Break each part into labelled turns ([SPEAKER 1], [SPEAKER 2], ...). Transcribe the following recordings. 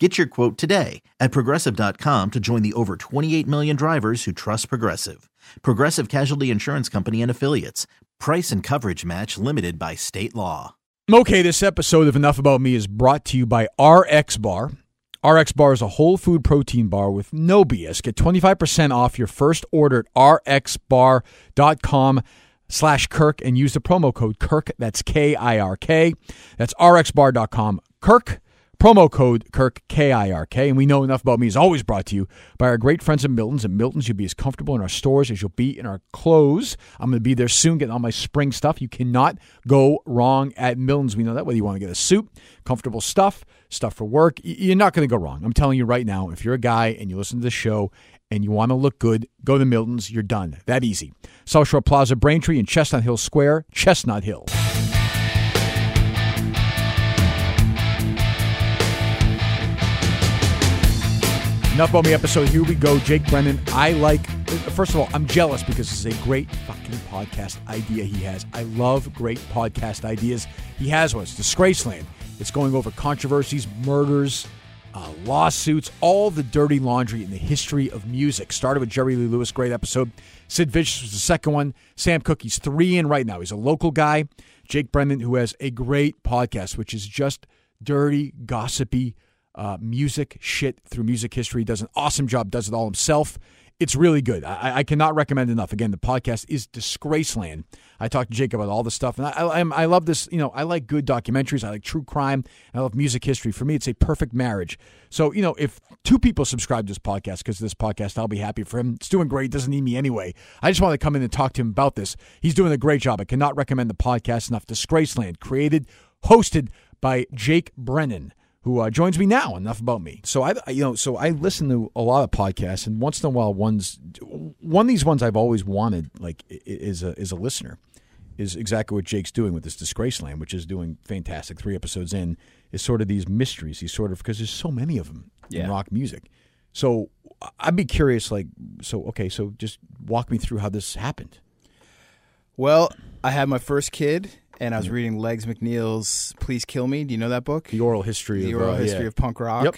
[SPEAKER 1] Get your quote today at progressive.com to join the over 28 million drivers who trust Progressive. Progressive Casualty Insurance Company and Affiliates. Price and coverage match limited by state law.
[SPEAKER 2] Okay, this episode of Enough About Me is brought to you by RX Bar. RX Bar is a whole food protein bar with no BS. Get 25% off your first order at rxbar.com slash Kirk and use the promo code Kirk. That's K-I-R-K. That's rxbar.com Kirk. Promo code Kirk, K-I-R-K. And we know Enough About Me is always brought to you by our great friends at Milton's. At Milton's, you'll be as comfortable in our stores as you'll be in our clothes. I'm going to be there soon getting all my spring stuff. You cannot go wrong at Milton's. We know that whether you want to get a suit, comfortable stuff, stuff for work, y- you're not going to go wrong. I'm telling you right now, if you're a guy and you listen to the show and you want to look good, go to Milton's. You're done. That easy. South Shore Plaza, Braintree, and Chestnut Hill Square, Chestnut Hill. Enough about me episode. Here we go. Jake Brennan. I like, first of all, I'm jealous because this is a great fucking podcast idea he has. I love great podcast ideas. He has one. It's Disgraceland. It's going over controversies, murders, uh, lawsuits, all the dirty laundry in the history of music. Started with Jerry Lee Lewis, great episode. Sid Vicious was the second one. Sam Cookie's three in right now. He's a local guy. Jake Brennan, who has a great podcast, which is just dirty, gossipy, uh, music shit through music history. Does an awesome job. Does it all himself. It's really good. I, I cannot recommend enough. Again, the podcast is Disgraceland. I talked to Jake about all this stuff, and I, I, I'm- I love this. You know, I like good documentaries. I like true crime. And I love music history. For me, it's a perfect marriage. So, you know, if two people subscribe to this podcast because of this podcast, I'll be happy for him. It's doing great. Doesn't need me anyway. I just wanted to come in and talk to him about this. He's doing a great job. I cannot recommend the podcast enough. Disgraceland, created, hosted by Jake Brennan who uh, joins me now. Enough about me. So I, I- you know, so I listen to a lot of podcasts, and once in a while, one's one of these ones I've always wanted, like i- i- is a is a listener, is exactly what Jake's doing with this Disgrace Land, which is doing fantastic. Three episodes in is sort of these mysteries. He's sort of because there's so many of them in
[SPEAKER 3] Yeah.
[SPEAKER 2] rock music. So I- I'd be curious, like, so okay, so just walk me through how this happened.
[SPEAKER 3] Well, I had my first kid, and I
[SPEAKER 2] Mm-hmm.
[SPEAKER 3] was reading Legs McNeil's "Please Kill Me." Do you know that book?
[SPEAKER 2] The oral history,
[SPEAKER 3] The
[SPEAKER 2] of,
[SPEAKER 3] oral
[SPEAKER 2] uh,
[SPEAKER 3] history
[SPEAKER 2] yeah.
[SPEAKER 3] of punk rock.
[SPEAKER 2] Yep.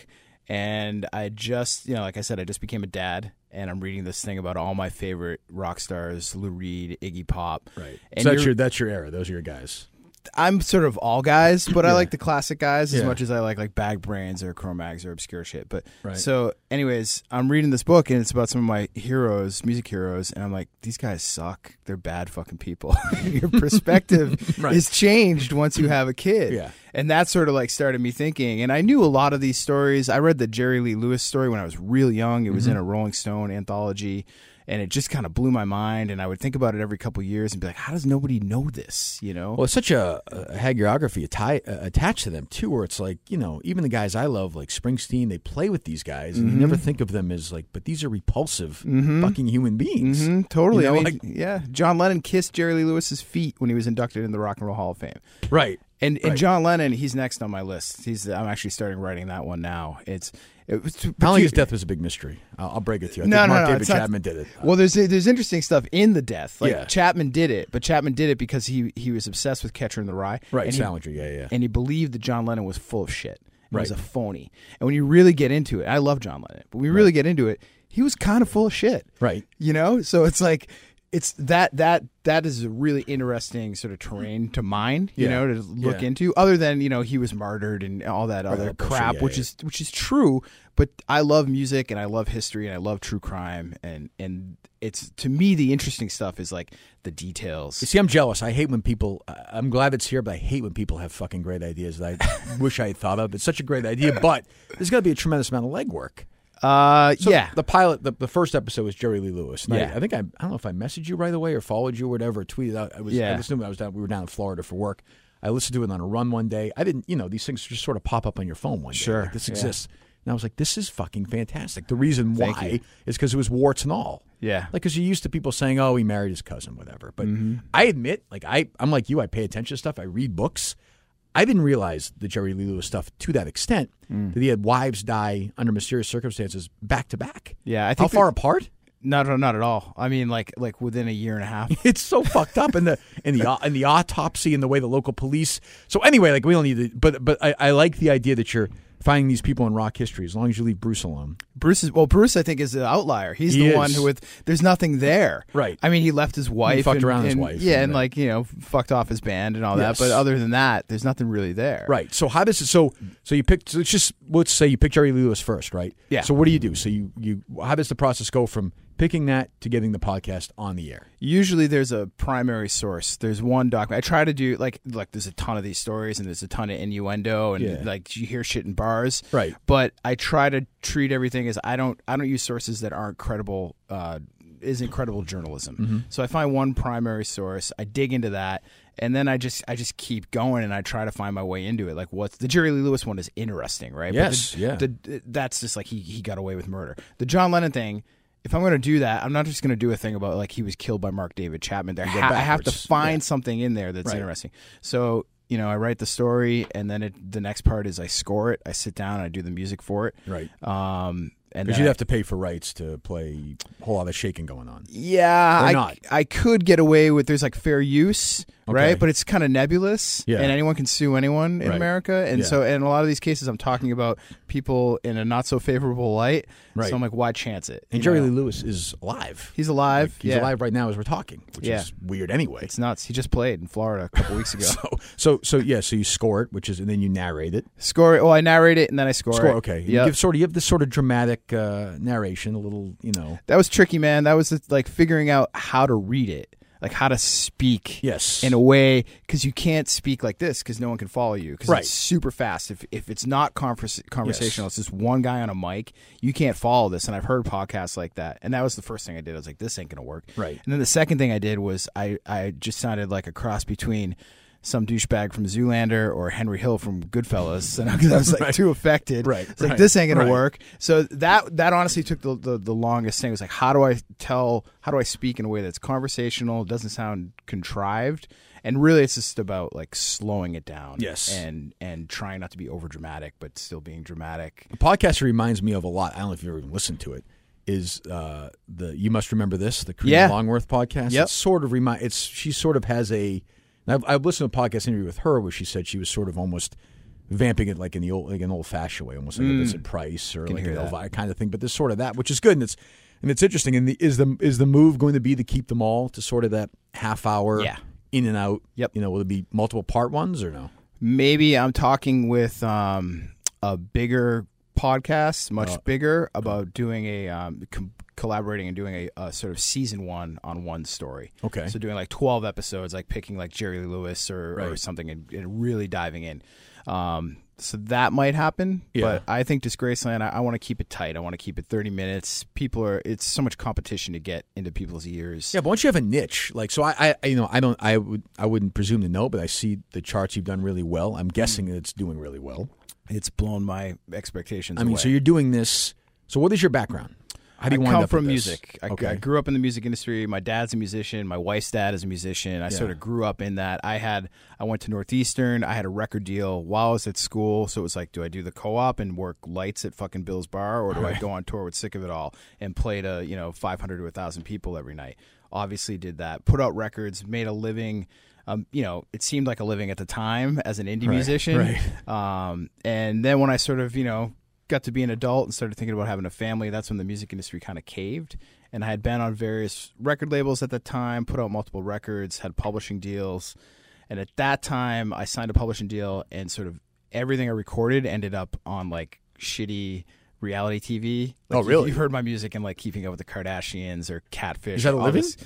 [SPEAKER 3] And I just, you know, like I said, I just became a dad, and I'm reading this thing about all my favorite rock stars: Lou Reed, Iggy Pop.
[SPEAKER 2] Right.
[SPEAKER 3] And
[SPEAKER 2] so that's
[SPEAKER 3] you're-
[SPEAKER 2] your that's your era. Those are your guys.
[SPEAKER 3] I'm sort of all guys, but I like the classic guys as
[SPEAKER 2] Yeah.
[SPEAKER 3] much as I like like Bag Brains or Chromags or obscure shit. But
[SPEAKER 2] Right.
[SPEAKER 3] so, anyways, I'm reading this book and it's about some of my heroes, music heroes, and I'm like, these guys suck. They're bad fucking people. Your perspective
[SPEAKER 2] Right.
[SPEAKER 3] is changed once you have a kid.
[SPEAKER 2] Yeah.
[SPEAKER 3] And that sort of like started me thinking. And I knew a lot of these stories. I read the Jerry Lee Lewis story when I was real young. It
[SPEAKER 2] Mm-hmm.
[SPEAKER 3] was in a Rolling Stone anthology. And it just kind of blew my mind, and I would think about it every couple years and be like, "How does nobody know this?" You know?
[SPEAKER 2] Well, it's such a, a hagiography atti- uh, attached to them too, where it's like you know, even the guys I love, like Springsteen, they play with these guys, and you never
[SPEAKER 3] Mm-hmm.
[SPEAKER 2] think of them as like, but these are repulsive fucking human beings.
[SPEAKER 3] hmm totally.
[SPEAKER 2] You know,
[SPEAKER 3] I mean,
[SPEAKER 2] like-
[SPEAKER 3] yeah. John Lennon kissed Jerry Lee Lewis's feet when he was inducted in the Rock and Roll Hall of Fame.
[SPEAKER 2] Right.
[SPEAKER 3] And and
[SPEAKER 2] Right.
[SPEAKER 3] John Lennon, he's next on my list. He's I'm actually starting writing that one now. It's it was
[SPEAKER 2] I don't
[SPEAKER 3] but
[SPEAKER 2] think
[SPEAKER 3] you-
[SPEAKER 2] his death was a big mystery. I'll, I'll break it to you. I
[SPEAKER 3] No,
[SPEAKER 2] think
[SPEAKER 3] no,
[SPEAKER 2] Mark
[SPEAKER 3] no,
[SPEAKER 2] David
[SPEAKER 3] it's not-
[SPEAKER 2] Chapman did it.
[SPEAKER 3] Well, there's there's interesting stuff in the death. Like
[SPEAKER 2] Yeah.
[SPEAKER 3] Chapman did it, but Chapman did it because he he was obsessed with Catcher in the Rye.
[SPEAKER 2] right,
[SPEAKER 3] And he-
[SPEAKER 2] Salinger. Yeah, yeah.
[SPEAKER 3] and he believed that John Lennon was full of shit. He was a
[SPEAKER 2] Right.
[SPEAKER 3] phony. And when you really get into it, I love John Lennon, but when you really get into it, he was kind of full of shit.
[SPEAKER 2] Right.
[SPEAKER 3] You know? So it's like it's that that that is a really interesting sort of terrain to mine, you
[SPEAKER 2] Yeah.
[SPEAKER 3] know, to look
[SPEAKER 2] Yeah.
[SPEAKER 3] into. Other than, you know, he was martyred and all that other
[SPEAKER 2] that bullshit,
[SPEAKER 3] crap,
[SPEAKER 2] yeah,
[SPEAKER 3] which
[SPEAKER 2] yeah.
[SPEAKER 3] is which is true, but I love music and I love history and I love true crime and and it's to me the interesting stuff is like the details.
[SPEAKER 2] You see, I'm jealous. I hate when people. I- I'm glad it's here, but I hate when people have fucking great ideas that I wish I had thought of. It's such a great idea, but there's got to be a tremendous amount of legwork.
[SPEAKER 3] Uh
[SPEAKER 2] So
[SPEAKER 3] yeah.
[SPEAKER 2] The pilot, the, the first episode was Jerry Lee Lewis. And I-
[SPEAKER 3] Yeah.
[SPEAKER 2] I, think I, I don't know if I messaged you right away or followed you or whatever, tweeted out. I was, I
[SPEAKER 3] Yeah.
[SPEAKER 2] listened to it. when I was down, we were down in Florida for work. I listened to it on a run one day. I didn't, you know, these things just sort of pop up on your phone one day.
[SPEAKER 3] Sure,
[SPEAKER 2] Like, this
[SPEAKER 3] yeah.
[SPEAKER 2] exists. And I was like, this is fucking fantastic. The reason
[SPEAKER 3] Thank
[SPEAKER 2] why
[SPEAKER 3] you.
[SPEAKER 2] is because it was warts and all.
[SPEAKER 3] Yeah. Mm-hmm.
[SPEAKER 2] Like, because you're used to people saying, oh, he married his cousin, whatever. But I admit, like, I, I'm like you, I pay attention to stuff, I read books. I didn't realize the Jerry Lee Lewis stuff to that extent
[SPEAKER 3] Mm.
[SPEAKER 2] that he had wives die under mysterious circumstances back to back.
[SPEAKER 3] Yeah, I
[SPEAKER 2] How
[SPEAKER 3] think
[SPEAKER 2] far
[SPEAKER 3] that-
[SPEAKER 2] apart?
[SPEAKER 3] Not not at all. I mean, like like within a year and a half.
[SPEAKER 2] It's so fucked up, and the and the and the autopsy and the way the local police. So anyway, like we don't need to, but but I, I like the idea that you're finding these people in rock history as long as you leave Bruce alone.
[SPEAKER 3] Bruce is well. Bruce, I think, is the outlier. He's
[SPEAKER 2] He
[SPEAKER 3] the
[SPEAKER 2] is.
[SPEAKER 3] one who with there's nothing there.
[SPEAKER 2] Right.
[SPEAKER 3] I mean, he left his wife.
[SPEAKER 2] fucked
[SPEAKER 3] and,
[SPEAKER 2] around his
[SPEAKER 3] and-
[SPEAKER 2] wife
[SPEAKER 3] Yeah,
[SPEAKER 2] and
[SPEAKER 3] and,
[SPEAKER 2] that.
[SPEAKER 3] like you know, fucked off his band and all
[SPEAKER 2] Yes.
[SPEAKER 3] that. But other than that, there's nothing really there.
[SPEAKER 2] Right. So how does it? So so you picked. So let's just let's say you picked Jerry Lee Lewis first, right?
[SPEAKER 3] Yeah.
[SPEAKER 2] So what do you do? So you you how does the process go from picking that to getting the podcast on the air?
[SPEAKER 3] Usually, there's a primary source. There's one document. I try to do like like there's a ton of these stories and there's a ton of innuendo and
[SPEAKER 2] Yeah.
[SPEAKER 3] like you hear shit in bars.
[SPEAKER 2] Right.
[SPEAKER 3] But I try to treat everything as I don't I don't use sources that aren't credible. Uh, isn't credible journalism.
[SPEAKER 2] Mm-hmm.
[SPEAKER 3] So I find one primary source. I dig into that. and then I just I just keep going and I try to find my way into it. Like what's the Jerry Lee Lewis one is interesting, right? But
[SPEAKER 2] Yes,
[SPEAKER 3] the-
[SPEAKER 2] yeah.
[SPEAKER 3] the- that's just like he he got away with murder. The John Lennon thing. If I'm going to do that, I'm not just going to do a thing about like he was killed by Mark David Chapman. There, ha- I have to
[SPEAKER 2] backwards.
[SPEAKER 3] find something in there that's interesting. So you know, I write the story, and then it, the next part is I score it. I sit down, and I do the music for it.
[SPEAKER 2] Right.
[SPEAKER 3] Um,
[SPEAKER 2] Because
[SPEAKER 3] and then
[SPEAKER 2] you'd
[SPEAKER 3] I-
[SPEAKER 2] have to pay for rights to play a whole lot of shaking going on.
[SPEAKER 3] yeah,
[SPEAKER 2] Or
[SPEAKER 3] I,
[SPEAKER 2] not.
[SPEAKER 3] I could get away with there's like fair use,
[SPEAKER 2] Okay.
[SPEAKER 3] right? But it's kind of nebulous,
[SPEAKER 2] Yeah.
[SPEAKER 3] and anyone can sue anyone in
[SPEAKER 2] Right.
[SPEAKER 3] America. And
[SPEAKER 2] Yeah.
[SPEAKER 3] so, in a lot of these cases, I'm talking about people in a not so favorable light.
[SPEAKER 2] Right.
[SPEAKER 3] So I'm like, why chance it?
[SPEAKER 2] And
[SPEAKER 3] You
[SPEAKER 2] Jerry
[SPEAKER 3] know?
[SPEAKER 2] Lee Lewis is alive.
[SPEAKER 3] he's alive.
[SPEAKER 2] He's
[SPEAKER 3] yeah.
[SPEAKER 2] alive right now as we're talking, which
[SPEAKER 3] Yeah.
[SPEAKER 2] is weird anyway.
[SPEAKER 3] It's nuts. He just played in Florida a couple weeks ago.
[SPEAKER 2] So so so yeah. So you score it, which is and then you narrate it.
[SPEAKER 3] Score. Well, I narrate it and then I score.
[SPEAKER 2] Score
[SPEAKER 3] it.
[SPEAKER 2] okay. You
[SPEAKER 3] Yeah.
[SPEAKER 2] give sort of you have this sort of dramatic uh, narration, a little you know.
[SPEAKER 3] That was tricky, man. That was like figuring out how to read it, like how to speak.
[SPEAKER 2] Yes.
[SPEAKER 3] in a way because you can't speak like this because no one can follow you because
[SPEAKER 2] Right.
[SPEAKER 3] it's super fast. If if it's not converse, conversational, it's just one guy on a mic. You can't follow this, and I've heard podcasts like that. And that was the first thing I did. I was like, this ain't gonna work.
[SPEAKER 2] Right.
[SPEAKER 3] And then the second thing I did was I I just sounded like a cross between. Some douchebag from Zoolander or Henry Hill from Goodfellas, and I was- I was like too affected.
[SPEAKER 2] Right,
[SPEAKER 3] it's like
[SPEAKER 2] right,
[SPEAKER 3] this ain't gonna
[SPEAKER 2] right.
[SPEAKER 3] work. So that that honestly took the, the the longest thing. It was like, how do I tell? How do I speak in a way that's conversational, doesn't sound contrived, and really, it's just about like slowing it down.
[SPEAKER 2] Yes.
[SPEAKER 3] and and trying not to be over dramatic, but still being dramatic.
[SPEAKER 2] The podcast reminds me of a lot. I don't know if you've ever even listened to it. Is uh, the you must remember this the Karina
[SPEAKER 3] Yeah.
[SPEAKER 2] Longworth podcast?
[SPEAKER 3] Yep.
[SPEAKER 2] It sort of remind. It's she sort of has a. and I've, I've listened to a podcast interview with her where she said she was sort of almost vamping it like in the old like an old fashioned way, almost like a Vincent Price or like
[SPEAKER 3] Mm. hear
[SPEAKER 2] an
[SPEAKER 3] that.
[SPEAKER 2] Elvira kind of thing. But there's sort of that, which is good, and it's and it's interesting. And the, is the is the move going to be to keep them all to sort of that half hour?
[SPEAKER 3] Yeah.
[SPEAKER 2] In and out.
[SPEAKER 3] Yep.
[SPEAKER 2] You know, will it be multiple part ones or no?
[SPEAKER 3] Maybe I'm talking with um, a bigger podcast, much bigger, about doing a um, com- collaborating and doing a, a sort of season one on one story.
[SPEAKER 2] Okay.
[SPEAKER 3] So doing like 12 episodes, like picking like Jerry Lee Lewis or, or
[SPEAKER 2] Right.
[SPEAKER 3] something and, and really diving in. Um, so that might happen,
[SPEAKER 2] Yeah.
[SPEAKER 3] but I think Disgraceland, I, I want to keep it tight. I want to keep it 30 minutes. People are, it's so much competition to get into people's ears.
[SPEAKER 2] Yeah, but once you have a niche, like so, I, I- I, you know, I don't, I would, I wouldn't presume to know, but I see the charts you've done really well. I'm guessing
[SPEAKER 3] Mm.
[SPEAKER 2] that it's doing really well.
[SPEAKER 3] It's blown my expectations
[SPEAKER 2] I mean,
[SPEAKER 3] away.
[SPEAKER 2] so you're doing this. So, what is your background? How do you
[SPEAKER 3] I
[SPEAKER 2] wind
[SPEAKER 3] come
[SPEAKER 2] up
[SPEAKER 3] from
[SPEAKER 2] with this?
[SPEAKER 3] music. I,
[SPEAKER 2] Okay.
[SPEAKER 3] I grew up in the music industry. My dad's a musician. My wife's dad is a musician. I sort of grew up in that. I had I went to Northeastern. I had a record deal while I was at school. So it was like, do I do the co-op and work lights at fucking Bill's Bar, or do I go on tour with Sick of It All and play to you know 500 to 1,000 people every night? Obviously, did that. Put out records, made a living. Um, you know, it seemed like a living at the time as an indie musician. Um, and then when I sort of, you know, got to be an adult and started thinking about having a family, that's when the music industry kind of caved. And I had been on various record labels at the time, put out multiple records, had publishing deals. And at that time, I signed a publishing deal, and sort of everything I recorded ended up on like shitty reality TV. Like,
[SPEAKER 2] Oh,
[SPEAKER 3] you-
[SPEAKER 2] really?
[SPEAKER 3] You've heard my music in like Keeping Up with the Kardashians or Catfish.
[SPEAKER 2] Is that a
[SPEAKER 3] all
[SPEAKER 2] living?
[SPEAKER 3] this-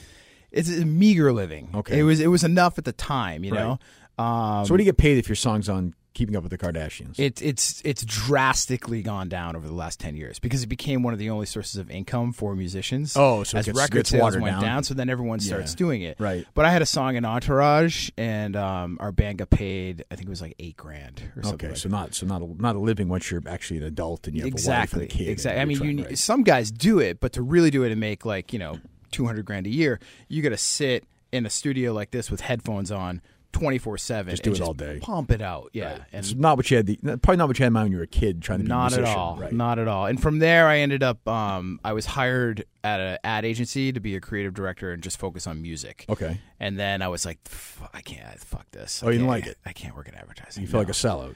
[SPEAKER 3] It's a meager living.
[SPEAKER 2] Okay.
[SPEAKER 3] It was it was enough at the time, you
[SPEAKER 2] Right.
[SPEAKER 3] know. Um,
[SPEAKER 2] so, what do you get paid if your song's on Keeping Up with the Kardashians.
[SPEAKER 3] It, it's it's drastically gone down over the last ten years because it became one of the only sources of income for musicians.
[SPEAKER 2] Oh, so it
[SPEAKER 3] as
[SPEAKER 2] gets-
[SPEAKER 3] record
[SPEAKER 2] gets
[SPEAKER 3] sales
[SPEAKER 2] watered
[SPEAKER 3] went down.
[SPEAKER 2] down.
[SPEAKER 3] so then everyone starts
[SPEAKER 2] Yeah.
[SPEAKER 3] doing it.
[SPEAKER 2] Right.
[SPEAKER 3] But I had a song in Entourage, and um, our band got paid. I think it was like eight grand or something.
[SPEAKER 2] okay,
[SPEAKER 3] like
[SPEAKER 2] so not so not a, not a living once you're actually an adult and you have
[SPEAKER 3] exactly
[SPEAKER 2] a wife and a kid. and
[SPEAKER 3] exactly i
[SPEAKER 2] you're
[SPEAKER 3] mean you
[SPEAKER 2] trying-
[SPEAKER 3] need
[SPEAKER 2] right.
[SPEAKER 3] some guys do it but to really do it and make like you know 200 grand a year you gotta sit in a studio like this with headphones on 24 7
[SPEAKER 2] Just do it all day.
[SPEAKER 3] pump it out yeah and
[SPEAKER 2] it's not what you had. The, probably not what you had in mind when you were a kid trying to be
[SPEAKER 3] not
[SPEAKER 2] a
[SPEAKER 3] at
[SPEAKER 2] musician.
[SPEAKER 3] all
[SPEAKER 2] Right.
[SPEAKER 3] not at all and from there i ended up um, i was hired at an ad agency to be a creative director and just focus on music
[SPEAKER 2] okay.
[SPEAKER 3] and then i was like "F- i can't fuck this I
[SPEAKER 2] Oh, you didn't
[SPEAKER 3] can't-
[SPEAKER 2] like it?
[SPEAKER 3] i can't work in advertising
[SPEAKER 2] You feel
[SPEAKER 3] No
[SPEAKER 2] like a sellout.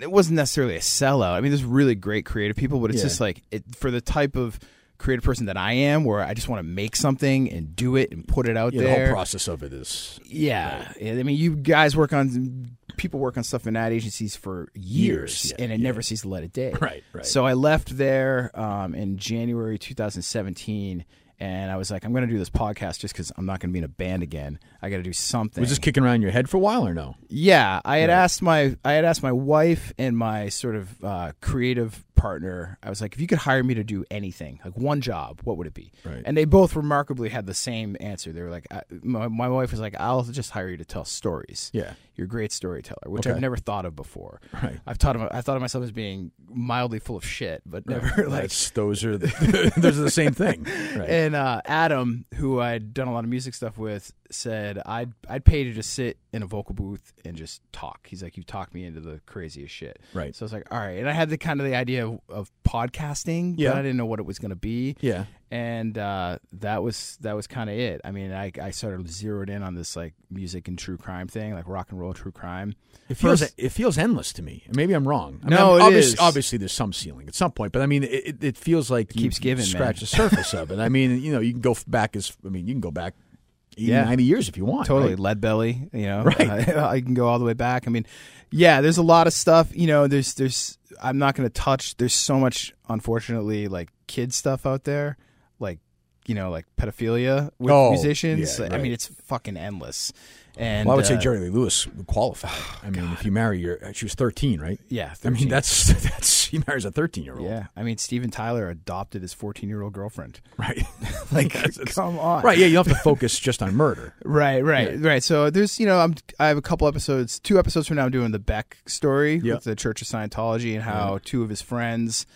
[SPEAKER 3] it wasn't necessarily a sellout. I mean, there's really great creative people, but it's
[SPEAKER 2] Yeah.
[SPEAKER 3] just like it, for the type of creative person that I am, where I just want to make something and do it and put it out
[SPEAKER 2] Yeah, the
[SPEAKER 3] there.
[SPEAKER 2] whole process of it is
[SPEAKER 3] yeah. Yeah, I mean, you guys work on people work on stuff in ad agencies for years,
[SPEAKER 2] Years, yeah,
[SPEAKER 3] and it never sees the light of day.
[SPEAKER 2] Right, right.
[SPEAKER 3] So I left there um, in January 2017. And I was like, I'm going to do this podcast just because I'm not going to be in a band again. I got to do something.
[SPEAKER 2] was this kicking around in your head for a while or no?
[SPEAKER 3] Yeah, I had asked my I had asked my wife and my sort of uh, creative partner. I was like, if you could hire me to do anything, like one job, what would it be?
[SPEAKER 2] Right.
[SPEAKER 3] And they both remarkably had the same answer. They were like, I, my, my wife was like, I'll just hire you to tell stories.
[SPEAKER 2] Yeah.
[SPEAKER 3] You're a great storyteller, which
[SPEAKER 2] Okay.
[SPEAKER 3] I've never thought of before.
[SPEAKER 2] Right.
[SPEAKER 3] I've thought of I thought of myself as being mildly full of shit, but never like
[SPEAKER 2] That's, those are the, those are the same thing. Right.
[SPEAKER 3] and uh, Adam, who I'd done a lot of music stuff with, said I'd I'd pay to just sit in a vocal booth and just talk. He's like, you talked me into the craziest shit.
[SPEAKER 2] Right.
[SPEAKER 3] So I was like, all right. And I had the kind of the idea of, of podcasting,
[SPEAKER 2] Yeah.
[SPEAKER 3] but I didn't know what it was going to be.
[SPEAKER 2] yeah.
[SPEAKER 3] And uh, that was that was kind of it. I mean, I I sort of zeroed in on this like music and true crime thing, like rock and roll true crime.
[SPEAKER 2] It feels
[SPEAKER 3] First-
[SPEAKER 2] it feels endless to me. Maybe I'm wrong. I
[SPEAKER 3] No,
[SPEAKER 2] mean,
[SPEAKER 3] it
[SPEAKER 2] obvious-
[SPEAKER 3] is.
[SPEAKER 2] obviously, there's some ceiling at some point, but I mean, it, it- it feels like you
[SPEAKER 3] keeps giving,
[SPEAKER 2] Scratch
[SPEAKER 3] man.
[SPEAKER 2] the surface of it. I mean, you know, you can go f- back as I mean, you can go back 80,
[SPEAKER 3] Yeah.
[SPEAKER 2] 90 years if you want.
[SPEAKER 3] totally
[SPEAKER 2] right?
[SPEAKER 3] lead belly you know
[SPEAKER 2] Right.
[SPEAKER 3] I, can go all the way back i mean yeah there's a lot of stuff you know there's there's i'm not going to touch there's so much unfortunately like kid stuff out there like you know like pedophilia with
[SPEAKER 2] Oh,
[SPEAKER 3] musicians
[SPEAKER 2] yeah,
[SPEAKER 3] i
[SPEAKER 2] right.
[SPEAKER 3] mean it's fucking endless and
[SPEAKER 2] Well, I would say
[SPEAKER 3] uh,
[SPEAKER 2] Jerry Lee Lewis would qualify. I mean, if you marry your, she was 13, right?
[SPEAKER 3] yeah
[SPEAKER 2] I mean,
[SPEAKER 3] 13.
[SPEAKER 2] that's that's she marries a 13 year old,
[SPEAKER 3] yeah i mean steven tyler adopted his 14 year old girlfriend
[SPEAKER 2] right?
[SPEAKER 3] like
[SPEAKER 2] Yes, it's-
[SPEAKER 3] come on
[SPEAKER 2] right? Yeah, you don't have to focus just on murder.
[SPEAKER 3] Right, right, right. So there's, you know, I'm I have a couple episodes, two episodes from now. I'm doing the Beck story
[SPEAKER 2] Yeah.
[SPEAKER 3] with the Church of Scientology and how two of his friends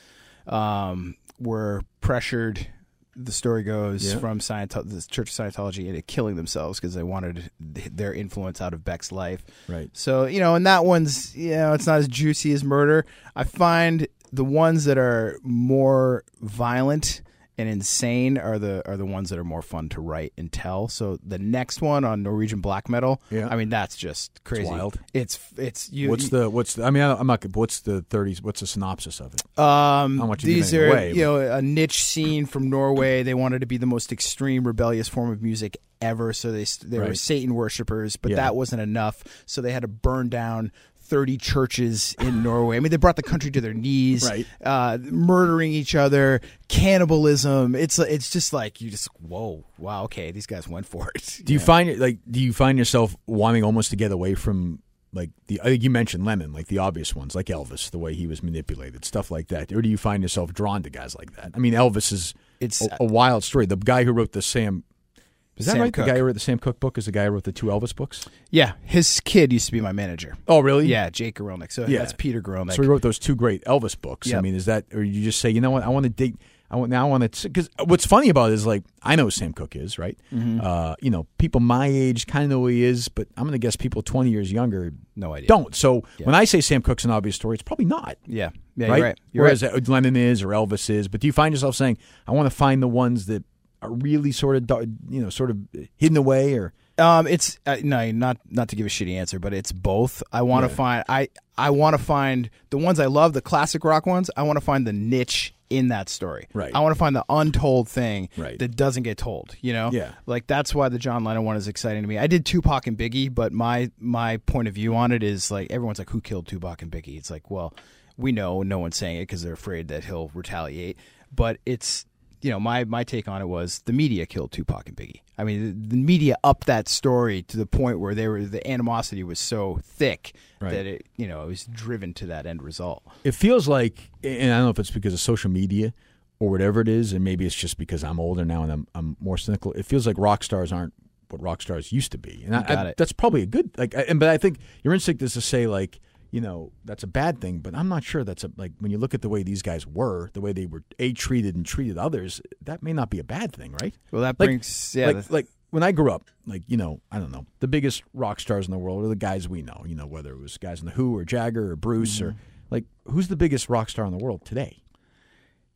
[SPEAKER 3] um, were pressured. The story goes
[SPEAKER 2] Yeah.
[SPEAKER 3] from Scientology, the Church of Scientology into killing themselves because they wanted th- their influence out of Beck's life.
[SPEAKER 2] Right.
[SPEAKER 3] So you know, and that one's you know, it's not as juicy as murder. I find the ones that are more violent and insane are the are the ones that are more fun to write and tell. So the next one on Norwegian black metal,
[SPEAKER 2] Yeah.
[SPEAKER 3] I mean that's just crazy.
[SPEAKER 2] wild.
[SPEAKER 3] It's it's you.
[SPEAKER 2] What's the what's the, I mean, I don't- I'm not. good- What's the 30s? What's the synopsis of it?
[SPEAKER 3] Um,
[SPEAKER 2] Not much of
[SPEAKER 3] these
[SPEAKER 2] giving
[SPEAKER 3] are
[SPEAKER 2] it away,
[SPEAKER 3] you know a niche scene from Norway. They wanted to be the most extreme rebellious form of music ever, so they they were
[SPEAKER 2] Right.
[SPEAKER 3] Satan worshippers, but
[SPEAKER 2] Yeah.
[SPEAKER 3] that wasn't enough. So they had to burn down. 30 churches in Norway. I mean, they brought the country to their knees,
[SPEAKER 2] Right.
[SPEAKER 3] uh, murdering each other, cannibalism. It's it's just like you just whoa, wow, okay, these guys went for it.
[SPEAKER 2] Do you find it like? Do you find yourself wanting almost to get away from like the? I think you mentioned Lemon, like the obvious ones, like Elvis, the way he was manipulated, stuff like that. Or do you find yourself drawn to guys like that? I mean, Elvis is
[SPEAKER 3] It's-
[SPEAKER 2] a, a wild story. The guy who wrote the Sam. uh, Is that
[SPEAKER 3] Sam
[SPEAKER 2] right?
[SPEAKER 3] Cooke.
[SPEAKER 2] The guy who wrote the Sam Cook book is the guy who wrote the two Elvis books.
[SPEAKER 3] Yeah, his kid used to be my manager.
[SPEAKER 2] Oh, really?
[SPEAKER 3] Yeah, Jake Gorelnik. So
[SPEAKER 2] Yeah.
[SPEAKER 3] that's Peter Gorelnik.
[SPEAKER 2] So he wrote those two great Elvis books. I
[SPEAKER 3] Yep.
[SPEAKER 2] mean, is that or you just say, you know what, I want to dig. I want now. I want to because what's funny about it is like I know who Sam Cooke is right.
[SPEAKER 3] Mm-hmm.
[SPEAKER 2] Uh, you know, people my age kind of know who he is, but I'm going to guess people 20 years younger
[SPEAKER 3] no idea.
[SPEAKER 2] don't. So when I say Sam Cooke's an obvious story, it's probably not.
[SPEAKER 3] Yeah, yeah,
[SPEAKER 2] right.
[SPEAKER 3] you're right. You're right.
[SPEAKER 2] Whereas uh, Lennon is or Elvis is, but do you find yourself saying, I want to find the ones that are really sort of dar- you know sort of hidden away or
[SPEAKER 3] Um, it's uh, no, not not to give a shitty answer, but it's both. I want to find I I want to find the ones I love, the classic rock ones. I want to find the niche in that story.
[SPEAKER 2] Right.
[SPEAKER 3] I want to find the untold thing
[SPEAKER 2] Right.
[SPEAKER 3] that doesn't get told. You know.
[SPEAKER 2] Yeah.
[SPEAKER 3] Like that's why the John Lennon one is exciting to me. I did Tupac and Biggie, but my my point of view on it is like everyone's like, who killed Tupac and Biggie? It's like, well, we know no one's saying it because they're afraid that he'll retaliate, but it's you know, my my take on it was the media killed Tupac and Biggie. I mean, the, the media upped that story to the point where they were the animosity was so thick
[SPEAKER 2] Right.
[SPEAKER 3] that it, you know, it was driven to that end result.
[SPEAKER 2] It feels like, and I don't know if it's because of social media or whatever it is, and maybe it's just because I'm older now and I'm, I'm more cynical. It feels like rock stars aren't what rock stars used to be, and I,
[SPEAKER 3] got
[SPEAKER 2] I-
[SPEAKER 3] it.
[SPEAKER 2] that's probably a good like. I, and but I think your instinct is to say like, you know, that's a bad thing, but I'm not sure that's a like when you look at the way these guys were, the way they were a treated and treated others, that may not be a bad thing, right?
[SPEAKER 3] Well, that
[SPEAKER 2] Like-
[SPEAKER 3] brings yeah,
[SPEAKER 2] like,
[SPEAKER 3] the-
[SPEAKER 2] like when I grew up, like you know, I don't know, the biggest rock stars in the world are the guys we know. You know, whether it was guys in the Who or Jagger or Bruce or
[SPEAKER 3] Mm-hmm.
[SPEAKER 2] like who's the biggest rock star in the world today?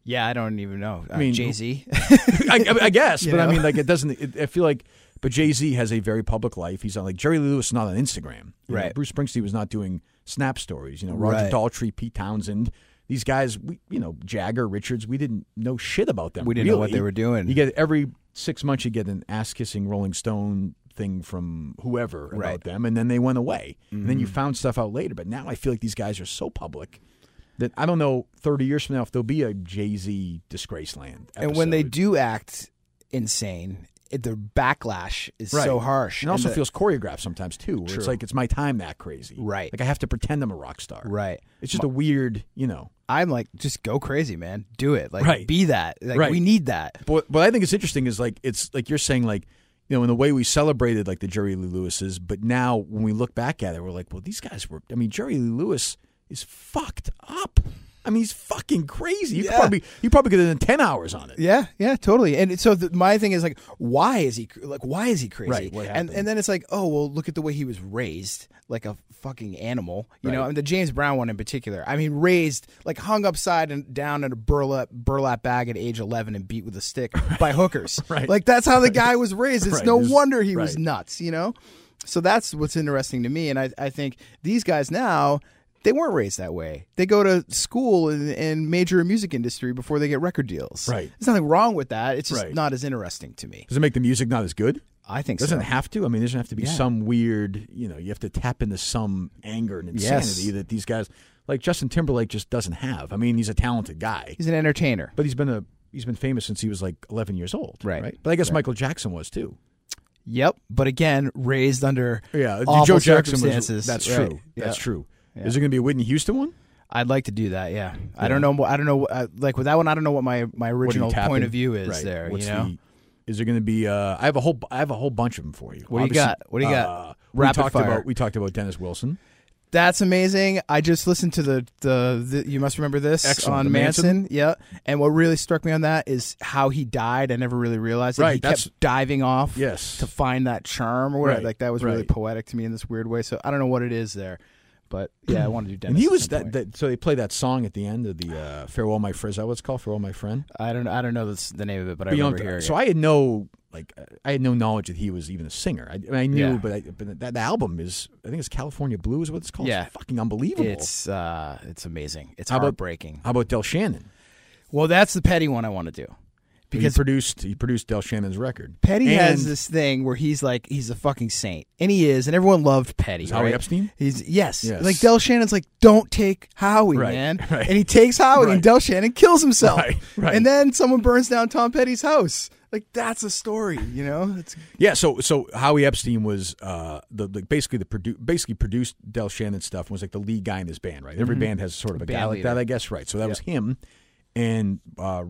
[SPEAKER 3] yeah, I don't even know. Uh, I
[SPEAKER 2] mean,
[SPEAKER 3] mean, Jay Z.
[SPEAKER 2] I, I- I guess,
[SPEAKER 3] You
[SPEAKER 2] but I
[SPEAKER 3] know?
[SPEAKER 2] mean, like it doesn't. It, I feel like, but Jay Z has a very public life. He's not like Jerry Lee Lewis, is not on Instagram. You know,
[SPEAKER 3] Right.
[SPEAKER 2] Bruce Springsteen was not doing snap stories. You know, Roger
[SPEAKER 3] Right.
[SPEAKER 2] Daltrey, Pete Townsend. These guys, we, you know, Jagger, Richards, we didn't know shit about them.
[SPEAKER 3] We didn't know what
[SPEAKER 2] really.
[SPEAKER 3] they were doing.
[SPEAKER 2] You get every six months, you get an ass kissing Rolling Stone thing from whoever about
[SPEAKER 3] Right. Mm-hmm.
[SPEAKER 2] them, and then they went away, and then you found stuff out later. But now I feel like these guys are so public that I don't know. Thirty years from now, if there'll be a Jay Z disgrace land,
[SPEAKER 3] and when they
[SPEAKER 2] episode.
[SPEAKER 3] do act insane, it, the backlash is
[SPEAKER 2] Right.
[SPEAKER 3] so harsh.
[SPEAKER 2] It also
[SPEAKER 3] the-
[SPEAKER 2] feels choreographed sometimes too. Where it's
[SPEAKER 3] True.
[SPEAKER 2] like it's my time that crazy.
[SPEAKER 3] Right.
[SPEAKER 2] Like I have to pretend I'm a rock star.
[SPEAKER 3] right.
[SPEAKER 2] It's just a weird, you know.
[SPEAKER 3] I'm like, just go crazy, man. Do it. Like,
[SPEAKER 2] Right.
[SPEAKER 3] be that. Like,
[SPEAKER 2] Right.
[SPEAKER 3] we need that.
[SPEAKER 2] But what I think is interesting is like it's like you're saying like you know in the way we celebrated like the Jerry Lee Lewis's, but now when we look back at it, we're like, well, these guys were. I mean, Jerry Lee Lewis is fucked up. I mean, he's fucking crazy. You could
[SPEAKER 3] Yeah.
[SPEAKER 2] probably you probably could have done ten hours on it.
[SPEAKER 3] Yeah, yeah, totally. And so the, my thing is like, why is he cr- like, why is he crazy?
[SPEAKER 2] Right, what
[SPEAKER 3] and
[SPEAKER 2] happened?
[SPEAKER 3] and then it's like, oh well, look at the way he was raised, like a fucking animal. You know,
[SPEAKER 2] Right.
[SPEAKER 3] I mean, the James Brown one in particular. I mean, raised like hung upside and down in a burlap burlap bag at age eleven and beat with a stick by hookers.
[SPEAKER 2] Right.
[SPEAKER 3] like that's how the guy was raised. It's
[SPEAKER 2] Right.
[SPEAKER 3] no
[SPEAKER 2] This-
[SPEAKER 3] wonder he was
[SPEAKER 2] right.
[SPEAKER 3] nuts. You know, so that's what's interesting to me. And I I think these guys now. They weren't raised that way. They go to school and, and major in music industry before they get record deals.
[SPEAKER 2] Right.
[SPEAKER 3] There's nothing wrong with that. It's just
[SPEAKER 2] Right.
[SPEAKER 3] not as interesting to me.
[SPEAKER 2] Does it make the music not as good?
[SPEAKER 3] I think
[SPEAKER 2] Doesn't
[SPEAKER 3] so.
[SPEAKER 2] have to. I mean, there doesn't have to be some weird. You know, you have to tap into some anger and insanity
[SPEAKER 3] Yes.
[SPEAKER 2] that these guys, like Justin Timberlake, just doesn't have. I mean, he's a talented guy,
[SPEAKER 3] He's an entertainer.
[SPEAKER 2] but he's been a he's been famous since he was like 11 years old,
[SPEAKER 3] Right.
[SPEAKER 2] But I guess Michael Jackson was too.
[SPEAKER 3] Yep. But again, raised under
[SPEAKER 2] Yeah,
[SPEAKER 3] awful
[SPEAKER 2] Joe Jackson was.
[SPEAKER 3] circumstances.
[SPEAKER 2] That's
[SPEAKER 3] Right.
[SPEAKER 2] true.
[SPEAKER 3] Yeah.
[SPEAKER 2] That's true. Is there going to be a Whitney Houston one?
[SPEAKER 3] I'd like to do that. Yeah. I don't know. wh- I don't know. wh- I, like with that one, I don't know what my my
[SPEAKER 2] What do you
[SPEAKER 3] original
[SPEAKER 2] tap
[SPEAKER 3] point
[SPEAKER 2] in-
[SPEAKER 3] of view is
[SPEAKER 2] Right.
[SPEAKER 3] there.
[SPEAKER 2] What's
[SPEAKER 3] you know.
[SPEAKER 2] the- is there going to be? Uh, I have a whole. I have a whole bunch of them for you.
[SPEAKER 3] What do you
[SPEAKER 2] Obviously,
[SPEAKER 3] got? What do you got?
[SPEAKER 2] Uh, we
[SPEAKER 3] Rapid
[SPEAKER 2] talked
[SPEAKER 3] fire.
[SPEAKER 2] about. We talked about Dennis Wilson.
[SPEAKER 3] That's amazing. I just listened to the, the, the you must remember this
[SPEAKER 2] Excellent. The
[SPEAKER 3] on
[SPEAKER 2] Manson?
[SPEAKER 3] Manson. Yeah. And what really struck me on that is how he died. I never really realized it.
[SPEAKER 2] Right,
[SPEAKER 3] He
[SPEAKER 2] that's-
[SPEAKER 3] kept diving off
[SPEAKER 2] Yes.
[SPEAKER 3] to find that charm or whatever.
[SPEAKER 2] Right,
[SPEAKER 3] Like that was really
[SPEAKER 2] right.
[SPEAKER 3] poetic to me in this weird way. So I don't know what it is there. But yeah, I want to do Dennis.
[SPEAKER 2] And he
[SPEAKER 3] at
[SPEAKER 2] was
[SPEAKER 3] some
[SPEAKER 2] that,
[SPEAKER 3] point.
[SPEAKER 2] that. So they play that song at the end of the uh, "Farewell, My Friend." Is that what it's called? "Farewell, My Friend."
[SPEAKER 3] I don't I don't know this, the name of it, but I
[SPEAKER 2] Beyond-
[SPEAKER 3] remember hearing
[SPEAKER 2] so
[SPEAKER 3] it.
[SPEAKER 2] I had no like uh, I had no knowledge that he was even a singer. I, I, mean, I knew,
[SPEAKER 3] Yeah.
[SPEAKER 2] but, I, but that the album is I think it's California Blue is what it's called.
[SPEAKER 3] Yeah.
[SPEAKER 2] it's fucking unbelievable.
[SPEAKER 3] It's uh, it's amazing. It's
[SPEAKER 2] How about-
[SPEAKER 3] heartbreaking.
[SPEAKER 2] How about Del Shannon?
[SPEAKER 3] well, that's the petty one I want to do
[SPEAKER 2] Because
[SPEAKER 3] because
[SPEAKER 2] he produced he produced Del Shannon's record.
[SPEAKER 3] Petty
[SPEAKER 2] And-
[SPEAKER 3] has this thing where he's like he's a fucking saint, and he is, and everyone loved Petty.
[SPEAKER 2] Is Howie
[SPEAKER 3] right?
[SPEAKER 2] Epstein?
[SPEAKER 3] He's yes.
[SPEAKER 2] Yes.
[SPEAKER 3] Like Del Shannon's like, don't take Howie,
[SPEAKER 2] Right,
[SPEAKER 3] man.
[SPEAKER 2] right.
[SPEAKER 3] And he takes Howie,
[SPEAKER 2] Right.
[SPEAKER 3] and Del Shannon kills himself.
[SPEAKER 2] Right, right.
[SPEAKER 3] And then someone burns down Tom Petty's house. Like that's a story, you know. It's
[SPEAKER 2] Yeah, so so Howie Epstein was uh the, the basically the produ- basically produced Del Shannon stuff and was like the lead guy in this band, right? Every band has sort of a guy
[SPEAKER 3] Mm-hmm. band
[SPEAKER 2] like that,
[SPEAKER 3] leader.
[SPEAKER 2] I guess, right? So that was him, and uh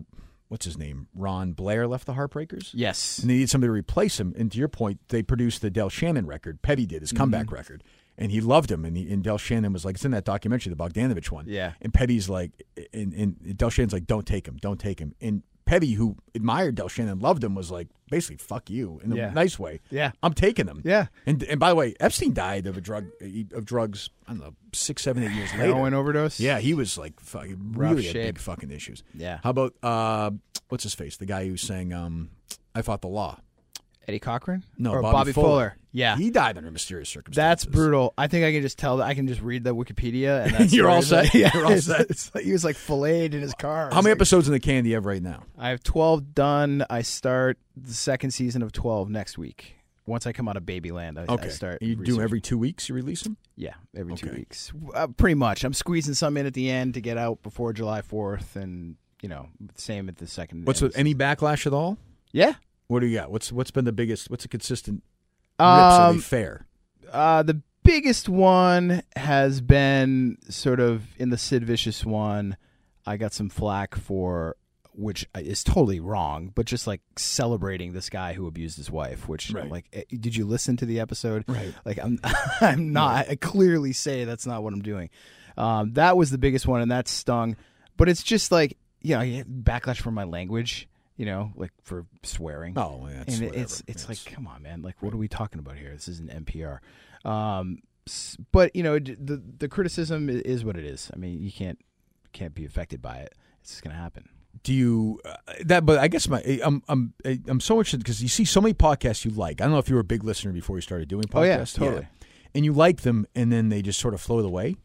[SPEAKER 2] what's his name? Ron Blair left the Heartbreakers.
[SPEAKER 3] yes,
[SPEAKER 2] and they needed somebody to replace him. And to your point, they produced the Del Shannon record. Petty did his
[SPEAKER 3] Mm-hmm.
[SPEAKER 2] comeback record, and he loved him. And, he, and Del Shannon was like, it's in that documentary, the Bogdanovich one.
[SPEAKER 3] Yeah.
[SPEAKER 2] And Petty's like, and, and Del Shannon's like, don't take him, don't take him. And Petty, who admired Del Shannon, loved him, was like, basically, fuck you in a
[SPEAKER 3] Yeah.
[SPEAKER 2] nice way.
[SPEAKER 3] Yeah.
[SPEAKER 2] I'm taking him.
[SPEAKER 3] Yeah.
[SPEAKER 2] And and by the way, Epstein died of a drug of drugs. I don't know, six, seven, eight years later.
[SPEAKER 3] heroin overdose.
[SPEAKER 2] Yeah, he was like fucking really had
[SPEAKER 3] shape.
[SPEAKER 2] big fucking issues.
[SPEAKER 3] Yeah.
[SPEAKER 2] How about uh, what's his face? The guy who sang um, "I Fought the Law."
[SPEAKER 3] Eddie Cochran.
[SPEAKER 2] No,
[SPEAKER 3] or
[SPEAKER 2] Bobby,
[SPEAKER 3] Fuller. Yeah,
[SPEAKER 2] he died under mysterious
[SPEAKER 3] That's
[SPEAKER 2] circumstances.
[SPEAKER 3] brutal. I think I can just tell that I can just read the Wikipedia and that's
[SPEAKER 2] You're
[SPEAKER 3] where
[SPEAKER 2] all
[SPEAKER 3] it's
[SPEAKER 2] set?
[SPEAKER 3] Like, yeah,
[SPEAKER 2] You're all
[SPEAKER 3] it's-
[SPEAKER 2] set?
[SPEAKER 3] it's like he was like filleted in his
[SPEAKER 2] How
[SPEAKER 3] car.
[SPEAKER 2] many
[SPEAKER 3] It's like-
[SPEAKER 2] episodes in the can do you have right now?
[SPEAKER 3] I have twelve done. I start the second season of twelve next week. Once I come out of Babyland, I, I
[SPEAKER 2] Okay,
[SPEAKER 3] start.
[SPEAKER 2] you do
[SPEAKER 3] researching.
[SPEAKER 2] every two weeks. You release them.
[SPEAKER 3] yeah every two
[SPEAKER 2] Okay.
[SPEAKER 3] weeks, uh, pretty much. I'm squeezing some in at the end to get out before July 4th, and you know, same at the second.
[SPEAKER 2] What's
[SPEAKER 3] end.
[SPEAKER 2] with any backlash at all?
[SPEAKER 3] yeah?
[SPEAKER 2] What do you got? What's what's been the biggest? What's a consistent? Um,
[SPEAKER 3] Um,
[SPEAKER 2] rips fair.
[SPEAKER 3] uh, the biggest one has been sort of in the Sid Vicious one. I got some flack for which is totally wrong, but just like celebrating this guy who abused his wife. Which
[SPEAKER 2] Right.
[SPEAKER 3] like, eh, did you listen to the episode?
[SPEAKER 2] Right.
[SPEAKER 3] Like I'm, I'm not. I clearly say that's not what I'm doing. Um, that was the biggest one, and that stung. But it's just like you know, I get backlash for my language. You know, like for swearing
[SPEAKER 2] Oh, yeah, it's
[SPEAKER 3] and it-
[SPEAKER 2] whatever.
[SPEAKER 3] it's it's like come on man like what are we talking about here this is an npr um s- but you know d- the the criticism i- is what it is i mean you can't can't be affected by it it's just gonna happen
[SPEAKER 2] do you uh, that? But I guess my eh, I'm I'm I'm so interested because you see so many podcasts you like. I don't know if you were a big listener before you started doing podcasts.
[SPEAKER 3] Oh, yeah, totally.
[SPEAKER 2] And you like them, and then they just sort of float away.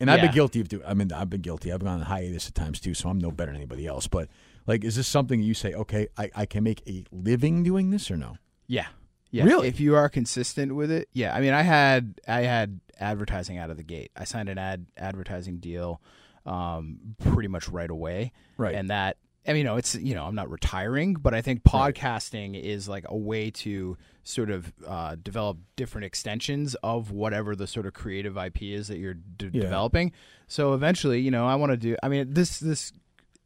[SPEAKER 2] And I've been
[SPEAKER 3] Yeah.
[SPEAKER 2] guilty of doing. I mean, I've been guilty. I've gone on hiatus at times too, so I'm no better than anybody else. But like, is this something you say? Okay, I, I can make a living doing this, or no?
[SPEAKER 3] yeah yeah
[SPEAKER 2] Really?
[SPEAKER 3] if you are consistent with it yeah i mean i had i had advertising out of the gate i signed an ad advertising deal um pretty much right away
[SPEAKER 2] Right.
[SPEAKER 3] and that I mean, you know, it's you know, I'm not retiring, but I think podcasting is like a way to sort of uh, develop different extensions of whatever the sort of creative IP is that you're d-
[SPEAKER 2] Yeah.
[SPEAKER 3] developing. So eventually, you know, I want to do. I mean, this this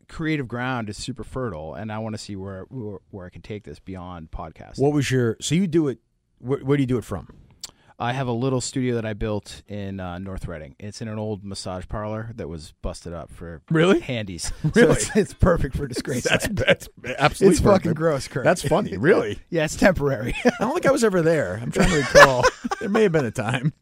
[SPEAKER 3] creative ground is super fertile, and I want to see where, where where I can take this beyond podcasting.
[SPEAKER 2] What was your? So you do it. Where, where do you do it from?
[SPEAKER 3] I have a little studio that I built in uh, North Reading. It's in an old massage parlor that was busted up for
[SPEAKER 2] Really?
[SPEAKER 3] handies.
[SPEAKER 2] Really?
[SPEAKER 3] so it's, it's perfect for disgrace.
[SPEAKER 2] That's, that's absolutely
[SPEAKER 3] it's fucking
[SPEAKER 2] perfect.
[SPEAKER 3] gross, Kurt.
[SPEAKER 2] That's funny, really.
[SPEAKER 3] Yeah, it's temporary.
[SPEAKER 2] I don't think I was ever there. I'm trying to recall. there may have been a time.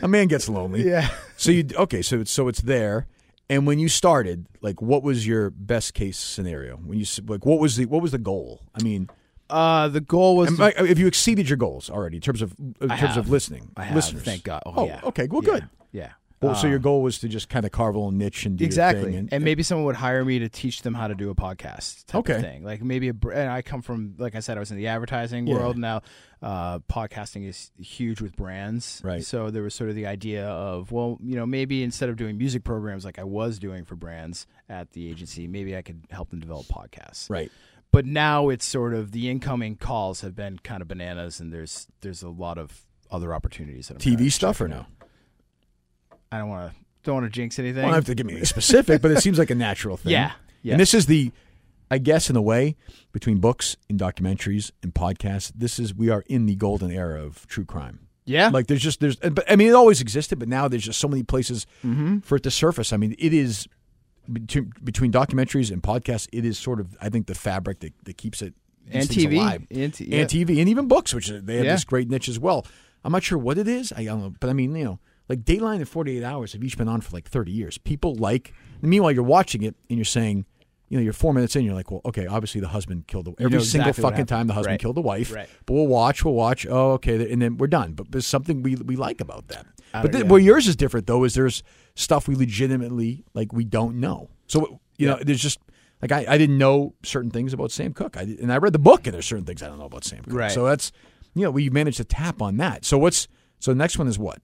[SPEAKER 2] A man gets lonely.
[SPEAKER 3] yeah.
[SPEAKER 2] So you okay? So it's so it's there. And when you started, like, what was your best case scenario? When you s- like, what was the what was the goal? I mean,
[SPEAKER 3] Uh, the goal was.
[SPEAKER 2] am I- if you exceeded your goals already in terms of in
[SPEAKER 3] I
[SPEAKER 2] terms of
[SPEAKER 3] have.
[SPEAKER 2] listening,
[SPEAKER 3] I have,
[SPEAKER 2] listeners,
[SPEAKER 3] Thank God. Oh,
[SPEAKER 2] Oh,
[SPEAKER 3] yeah.
[SPEAKER 2] okay. Well,
[SPEAKER 3] Yeah.
[SPEAKER 2] good.
[SPEAKER 3] Yeah.
[SPEAKER 2] Well, so
[SPEAKER 3] Uh,
[SPEAKER 2] your goal was to just kind of carve a little niche and do your
[SPEAKER 3] exactly,
[SPEAKER 2] thing
[SPEAKER 3] and, maybe someone would hire me to teach them how to do a podcast. Type
[SPEAKER 2] Okay.
[SPEAKER 3] Of thing. Like maybe a. br- And I come from, like I said, I was in the advertising
[SPEAKER 2] Yeah.
[SPEAKER 3] world. Now, uh, podcasting is huge with brands.
[SPEAKER 2] Right.
[SPEAKER 3] So there was sort of the idea of, well, you know, maybe instead of doing music programs like I was doing for brands at the agency, maybe I could help them develop podcasts.
[SPEAKER 2] right.
[SPEAKER 3] but now it's sort of the incoming calls have been kind of bananas, and there's there's a lot of other opportunities. That I'm kind
[SPEAKER 2] TV
[SPEAKER 3] of
[SPEAKER 2] stuff or
[SPEAKER 3] checking
[SPEAKER 2] no?
[SPEAKER 3] out. I don't want to don't want to jinx anything.
[SPEAKER 2] Well, I don't have to give me any specific, but it seems like a natural thing.
[SPEAKER 3] Yeah, yeah.
[SPEAKER 2] And this is the, I guess, in a way, between books and documentaries and podcasts, this is we are in the golden era of true crime.
[SPEAKER 3] yeah,
[SPEAKER 2] Like there's just there's, but I mean, it always existed, but now there's just so many places
[SPEAKER 3] Mm-hmm.
[SPEAKER 2] for it to surface. I mean, it is between, between documentaries and podcasts, it is sort of I think the fabric that, that keeps it these
[SPEAKER 3] and
[SPEAKER 2] things
[SPEAKER 3] TV,
[SPEAKER 2] alive.
[SPEAKER 3] and, t- yeah.
[SPEAKER 2] and TV and even books, which they have
[SPEAKER 3] Yeah.
[SPEAKER 2] this great niche as well. I'm not sure what it is. I don't know, but I mean, you know, like Dateline and 48 Hours have each been on for like 30 years. People like. Meanwhile, you're watching it and you're saying, you know, you're four minutes in. You're like, well, okay, obviously the husband killed the every
[SPEAKER 3] know
[SPEAKER 2] single
[SPEAKER 3] exactly what
[SPEAKER 2] fucking time the husband
[SPEAKER 3] Right.
[SPEAKER 2] killed the wife.
[SPEAKER 3] Right.
[SPEAKER 2] But we'll watch, we'll watch. Oh, okay, and then we're done. But there's something we we like about that. but
[SPEAKER 3] I don't-
[SPEAKER 2] th-
[SPEAKER 3] Uh, yeah.
[SPEAKER 2] where yours is different though is there's stuff we legitimately like we don't know. So you know, there's just. Like I, I didn't know certain things about Sam Cook, I, did- and I read the book, and there's certain things I don't know about Sam Cook.
[SPEAKER 3] Right.
[SPEAKER 2] So that's you know we managed to tap on that. So what's so the next one is what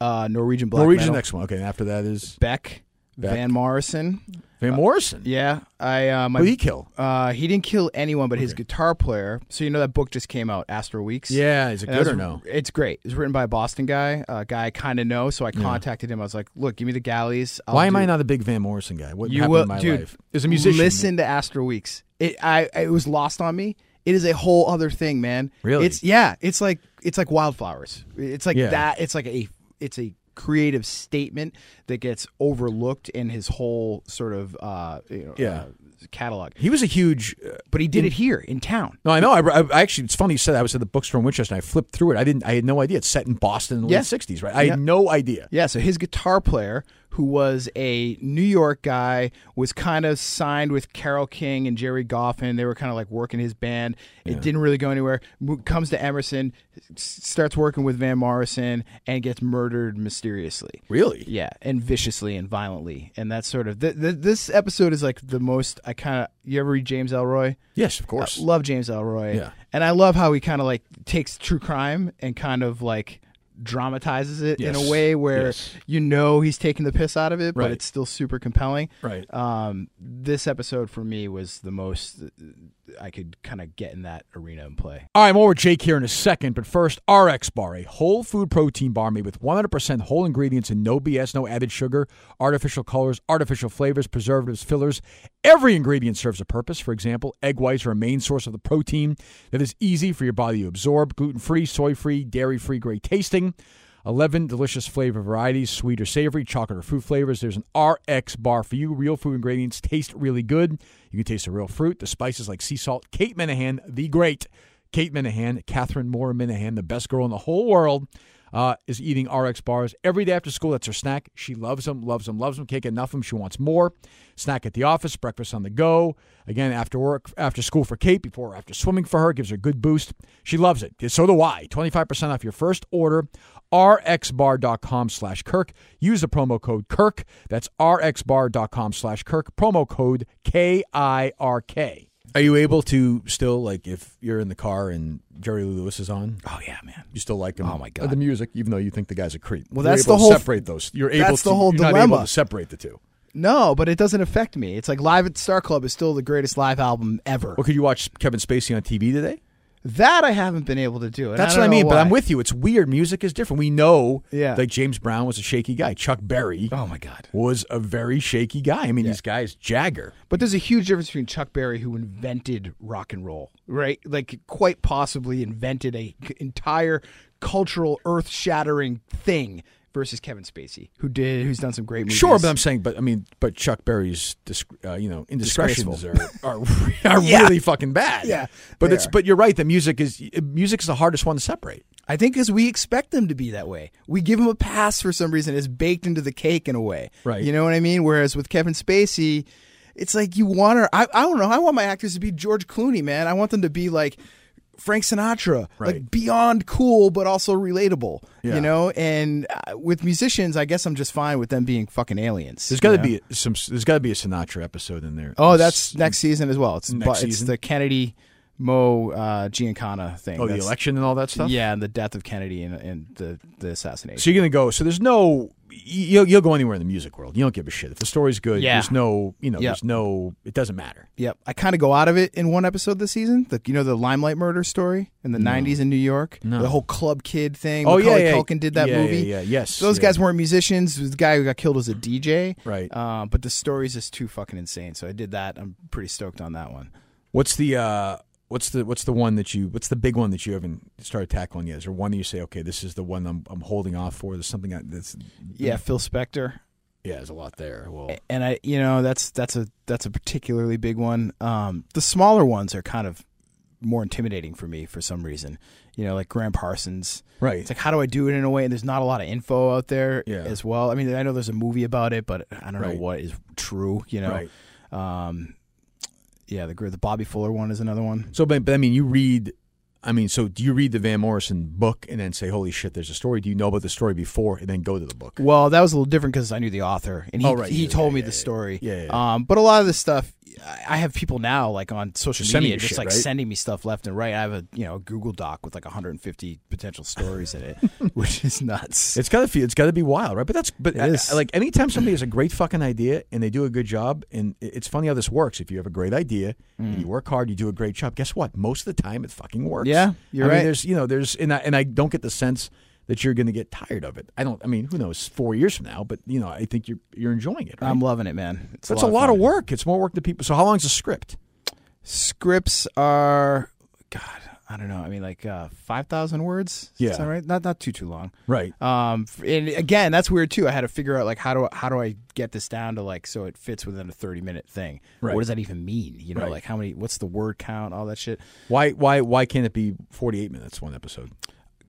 [SPEAKER 3] uh, Norwegian Black
[SPEAKER 2] Norwegian
[SPEAKER 3] Metal.
[SPEAKER 2] next one. Okay, and after that is
[SPEAKER 3] Beck,
[SPEAKER 2] Beck.
[SPEAKER 3] Van Morrison.
[SPEAKER 2] Van Morrison.
[SPEAKER 3] Yeah, I uh, my
[SPEAKER 2] Who he kill?
[SPEAKER 3] uh, he didn't kill anyone, but his guitar player. So you know that book just came out, Astro Weeks.
[SPEAKER 2] Yeah, is it
[SPEAKER 3] And
[SPEAKER 2] good
[SPEAKER 3] that
[SPEAKER 2] or
[SPEAKER 3] was-
[SPEAKER 2] no?
[SPEAKER 3] It's great. It's written by a Boston guy, a guy I kind of know. So I contacted him. I was like, "Look, give me the galleys." I'll
[SPEAKER 2] Why am
[SPEAKER 3] do-
[SPEAKER 2] I not a big Van Morrison guy? What
[SPEAKER 3] You
[SPEAKER 2] happened
[SPEAKER 3] will,
[SPEAKER 2] in my
[SPEAKER 3] dude.
[SPEAKER 2] life? As a musician,
[SPEAKER 3] listen to Astro Weeks. It, I, it was lost on me. It is a whole other thing, man.
[SPEAKER 2] Really?
[SPEAKER 3] It's yeah. It's like it's like wildflowers. It's like
[SPEAKER 2] Yeah.
[SPEAKER 3] that. It's like a it's a creative statement that gets overlooked in his whole sort of uh, you know,
[SPEAKER 2] Yeah.
[SPEAKER 3] uh, catalog.
[SPEAKER 2] He was a huge. Uh,
[SPEAKER 3] But he did it here in town.
[SPEAKER 2] no, I know. I, I actually, it's funny. You said I was at the bookstore in Winchester. and I flipped through it. I didn't. I had no idea. It's set in Boston in the
[SPEAKER 3] Yeah.
[SPEAKER 2] late '60s, right? I
[SPEAKER 3] Yeah.
[SPEAKER 2] had no idea.
[SPEAKER 3] Yeah, so his guitar player, who was a New York guy, was kind of signed with Carol King and Jerry Goffin. They were kind of like working his band. It didn't really go anywhere. Mo- Comes to Emerson, s- starts working with Van Morrison, and gets murdered mysteriously.
[SPEAKER 2] Really?
[SPEAKER 3] Yeah, and viciously and violently. And that's sort of th- th- this episode is like the most I kind of. You ever read James Elroy?
[SPEAKER 2] Yes, of course.
[SPEAKER 3] Uh, love James Elroy.
[SPEAKER 2] Yeah.
[SPEAKER 3] And I love how he kind of like takes true crime and kind of like dramatizes it in
[SPEAKER 2] Yes,
[SPEAKER 3] a way where
[SPEAKER 2] yes.
[SPEAKER 3] you know he's taking the piss out of it,
[SPEAKER 2] Right.
[SPEAKER 3] but it's still super compelling.
[SPEAKER 2] Right.
[SPEAKER 3] Um, this episode for me was the most uh, I could kind of get in that arena and play.
[SPEAKER 2] All right, more with Jake here in a second, but first, RX Bar, a whole food protein bar made with 100% whole ingredients and no BS, no added sugar, artificial colors, artificial flavors, preservatives, fillers. Every ingredient serves a purpose. For example, egg whites are a main source of the protein that is easy for your body to absorb, gluten free, soy free, dairy free, great tasting. 11 delicious flavor varieties, sweet or savory, chocolate or fruit flavors. There's an RX bar for you. Real food ingredients taste really good. You can taste the real fruit, the spices like sea salt. Kate Minahan, the great Kate Minahan, Catherine Moore Minahan, the best girl in the whole world, uh, is eating RX bars every day after school. That's her snack. She loves them, loves them, loves them. Can't get enough of them. She wants more. Snack at the office, breakfast on the go. Again, after work, after school for Kate, before or after swimming for her, gives her a good boost. She loves it. So do I. 25% off your first order, rxbar.com slash Kirk. Use the promo code Kirk. That's rxbar.com slash Kirk. Promo code K I R K. Are you able to still like if you're in the car and Jerry Lee Lewis is on?
[SPEAKER 3] Oh yeah, man.
[SPEAKER 2] You still like him?
[SPEAKER 3] Oh, my God.
[SPEAKER 2] Uh, The music, even though you think the guy's a creep.
[SPEAKER 3] Well,
[SPEAKER 2] You're
[SPEAKER 3] that's
[SPEAKER 2] able
[SPEAKER 3] the
[SPEAKER 2] to
[SPEAKER 3] whole-
[SPEAKER 2] Separate those. You're able.
[SPEAKER 3] that's
[SPEAKER 2] to,
[SPEAKER 3] the whole
[SPEAKER 2] you're not able
[SPEAKER 3] dilemma.
[SPEAKER 2] to separate the two.
[SPEAKER 3] No, but it doesn't affect me. It's like Live at Star Club is still the greatest live album ever.
[SPEAKER 2] Well, could you watch Kevin Spacey on TV today?
[SPEAKER 3] That I haven't been able to do. and
[SPEAKER 2] That's
[SPEAKER 3] don't
[SPEAKER 2] what I
[SPEAKER 3] know
[SPEAKER 2] mean. But
[SPEAKER 3] why.
[SPEAKER 2] I'm with you. It's weird. Music is different. We know.
[SPEAKER 3] Yeah.
[SPEAKER 2] Like James Brown was a shaky guy. Chuck Berry
[SPEAKER 3] Oh my god.
[SPEAKER 2] was a very shaky guy. I mean, these guys Jagger.
[SPEAKER 3] But there's a huge difference between Chuck Berry, who invented rock and roll, right? Like, quite possibly invented a c- entire cultural, earth-shattering thing, versus Kevin Spacey, who did, who's done some great movies.
[SPEAKER 2] Sure, but I'm saying, but I mean, but Chuck Berry's, dis- uh, you know, indiscretions are are, are
[SPEAKER 3] Yeah.
[SPEAKER 2] really fucking bad.
[SPEAKER 3] Yeah,
[SPEAKER 2] but
[SPEAKER 3] they
[SPEAKER 2] it's
[SPEAKER 3] are.
[SPEAKER 2] but you're right. The music is music is the hardest one to separate.
[SPEAKER 3] I think because we expect them to be that way. We give them a pass for some reason. It's baked into the cake in a way.
[SPEAKER 2] Right.
[SPEAKER 3] You know what I mean? Whereas with Kevin Spacey, it's like you want to, I, I don't know. I want my actors to be George Clooney, man. I want them to be like Frank Sinatra,
[SPEAKER 2] Right.
[SPEAKER 3] like beyond cool, but also relatable,
[SPEAKER 2] Yeah.
[SPEAKER 3] you know? And uh, with musicians, I guess I'm just fine with them being fucking aliens.
[SPEAKER 2] There's got to
[SPEAKER 3] you know?
[SPEAKER 2] be some. There's got to be a Sinatra episode in there.
[SPEAKER 3] Oh, that's next season as well. It's,
[SPEAKER 2] Next
[SPEAKER 3] but it's
[SPEAKER 2] season?
[SPEAKER 3] the Kennedy, Mo, uh, Giancana thing.
[SPEAKER 2] oh the
[SPEAKER 3] That's-
[SPEAKER 2] election and all that stuff.
[SPEAKER 3] Yeah, and the death of Kennedy and, and the, the assassination.
[SPEAKER 2] So you're gonna go. So there's no. You'll, you'll go anywhere in the music world. You don't give a shit if the story's good.
[SPEAKER 3] Yeah.
[SPEAKER 2] There's no. You know.
[SPEAKER 3] Yeah.
[SPEAKER 2] There's no. It doesn't matter.
[SPEAKER 3] Yep, I kind of go out of it in one episode this season. The you know the limelight murder story in the '90s in New York, the whole club kid thing.
[SPEAKER 2] Oh,
[SPEAKER 3] Macaulay
[SPEAKER 2] yeah, yeah.
[SPEAKER 3] Culkin did that
[SPEAKER 2] Yeah, yeah,
[SPEAKER 3] movie.
[SPEAKER 2] yeah. Yes,
[SPEAKER 3] those
[SPEAKER 2] yeah.
[SPEAKER 3] guys weren't musicians. The guy who got killed was a DJ.
[SPEAKER 2] Right.
[SPEAKER 3] Uh, but the story's just too fucking insane. So I did that. I'm pretty stoked on that one.
[SPEAKER 2] What's the uh what's the what's the one that you what's the big one that you haven't started tackling yet? Is there one that you say, okay, this is the one I'm I'm holding off for? There's something I- that's
[SPEAKER 3] Yeah,
[SPEAKER 2] Mm-hmm.
[SPEAKER 3] Phil Spector.
[SPEAKER 2] yeah, there's a lot there. Well,
[SPEAKER 3] and I, you know, that's that's a that's a particularly big one. Um, the smaller ones are kind of more intimidating for me for some reason. You know, like Graham Parsons.
[SPEAKER 2] Right.
[SPEAKER 3] It's like how do I do it in a way? And there's not a lot of info out there
[SPEAKER 2] Yeah.
[SPEAKER 3] as well. I mean, I know there's a movie about it, but I don't
[SPEAKER 2] Right.
[SPEAKER 3] know what is true. You know.
[SPEAKER 2] Right.
[SPEAKER 3] Um, yeah, the the Bobby Fuller one is another one.
[SPEAKER 2] so but, but I mean, you read I mean, so do you read the Van Morrison book and then say, "Holy shit, there's a story." Do you know about the story before and then go to the book?
[SPEAKER 3] Well, that was a little different because I knew the author, and he,
[SPEAKER 2] Oh, right.
[SPEAKER 3] he
[SPEAKER 2] Yeah,
[SPEAKER 3] told
[SPEAKER 2] yeah,
[SPEAKER 3] me
[SPEAKER 2] yeah,
[SPEAKER 3] the story.
[SPEAKER 2] yeah. Yeah,
[SPEAKER 3] Um, but a lot of this stuff, I- I have people now like on social
[SPEAKER 2] Just sending
[SPEAKER 3] media
[SPEAKER 2] you
[SPEAKER 3] just
[SPEAKER 2] shit,
[SPEAKER 3] like
[SPEAKER 2] right?
[SPEAKER 3] sending me stuff left and right. I have a you know a Google Doc with like 150 potential stories in it, which is nuts.
[SPEAKER 2] It's gotta feel, it's gotta be wild, right? But that's but
[SPEAKER 3] It
[SPEAKER 2] I-
[SPEAKER 3] is.
[SPEAKER 2] I- like anytime somebody has a great fucking idea and they do a good job, and it- it's funny how this works. If you have a great idea and
[SPEAKER 3] Mm.
[SPEAKER 2] you work hard, you do a great job. Guess what? Most of the time, it fucking works.
[SPEAKER 3] Yeah, you're
[SPEAKER 2] I
[SPEAKER 3] right.
[SPEAKER 2] Mean, there's you know there's and I, and I don't get the sense that you're going to get tired of it. I don't. I mean, who knows? Four years from now, but you know, I think you're you're enjoying it. Right?
[SPEAKER 3] I'm loving it, man. It's
[SPEAKER 2] that's
[SPEAKER 3] a lot, of, fun.
[SPEAKER 2] work. It's more work than people. So how long's the script?
[SPEAKER 3] Scripts are, God, I don't know. I mean, like uh, 5,000 words.
[SPEAKER 2] Yeah.
[SPEAKER 3] is that right? Not not too too long.
[SPEAKER 2] Right.
[SPEAKER 3] Um, f- and again, that's weird too. I had to figure out like how do I, how do I get this down to like so it fits within a thirty minute thing.
[SPEAKER 2] Right.
[SPEAKER 3] What does that even mean? You know,
[SPEAKER 2] Right.
[SPEAKER 3] like how many? What's the word count? All that shit.
[SPEAKER 2] Why why why can't it be 48 minutes one episode?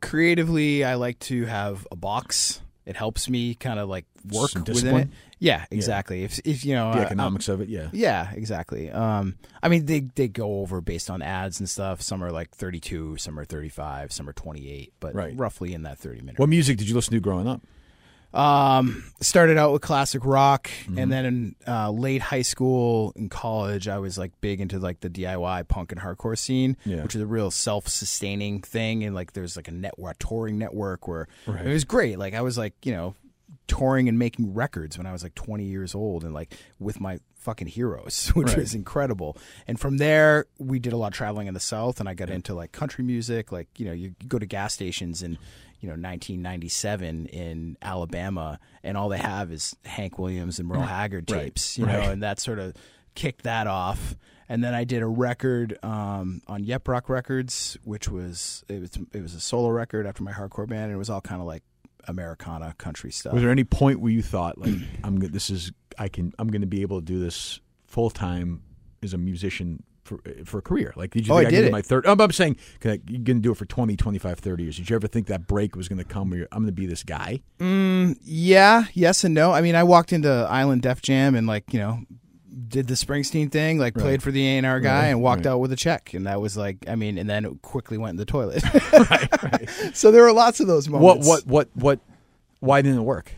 [SPEAKER 3] Creatively, I like to have a box. It helps me kind of like work
[SPEAKER 2] Some
[SPEAKER 3] within it.
[SPEAKER 2] discipline?
[SPEAKER 3] Yeah, exactly. If if you know
[SPEAKER 2] The
[SPEAKER 3] I- I'm-
[SPEAKER 2] economics of it. Yeah.
[SPEAKER 3] yeah, exactly. Um, I mean, they they go over based on ads and stuff. Some are like thirty two, some are thirty five, some are twenty eight, but
[SPEAKER 2] Right.
[SPEAKER 3] roughly in that thirty minute.
[SPEAKER 2] What Mm-hmm. music did you listen to growing up?
[SPEAKER 3] Um, started out with classic rock, and then in uh, late high school and college, I was like big into like the DIY punk and hardcore scene,
[SPEAKER 2] Yeah.
[SPEAKER 3] which is a real self-sustaining thing. And like, there's like a network touring network where it was great. Like, I was like, you know, touring and making records when I was like 20 years old, and like with my fucking heroes, which
[SPEAKER 2] Right.
[SPEAKER 3] was incredible. And from there, we did a lot of traveling in the South, and I got into like country music. Like, you know, you go to gas stations in, you know, 1997 in Alabama, and all they have is Hank Williams and Merle Haggard
[SPEAKER 2] Right.
[SPEAKER 3] tapes, you
[SPEAKER 2] Right.
[SPEAKER 3] know, and that sort of kicked that off. And then I did a record um, on Yep Rock Records, which was it was it was a solo record after my hardcore band, and it was all kind of like Americana country stuff.
[SPEAKER 2] Was there any point where you thought like I'm go- this is I can I'm going to be able to do this full time as a musician for for a career? Like did you
[SPEAKER 3] Oh,
[SPEAKER 2] think
[SPEAKER 3] I
[SPEAKER 2] I can
[SPEAKER 3] did
[SPEAKER 2] do
[SPEAKER 3] it.
[SPEAKER 2] my third I'm, I'm saying can I, you're going to do it for 20, 25, 30 years. Did you ever think that break was going to come where you're, I'm going to be this guy?
[SPEAKER 3] Mm, yeah, yes and no. I mean, I walked into Island Def Jam and like you know did the Springsteen thing, like played for the A and R guy, and walked out with a check, and that was like, I mean, and then it quickly went in the toilet. So there were lots of those
[SPEAKER 2] What
[SPEAKER 3] moments.
[SPEAKER 2] what what what why didn't it work?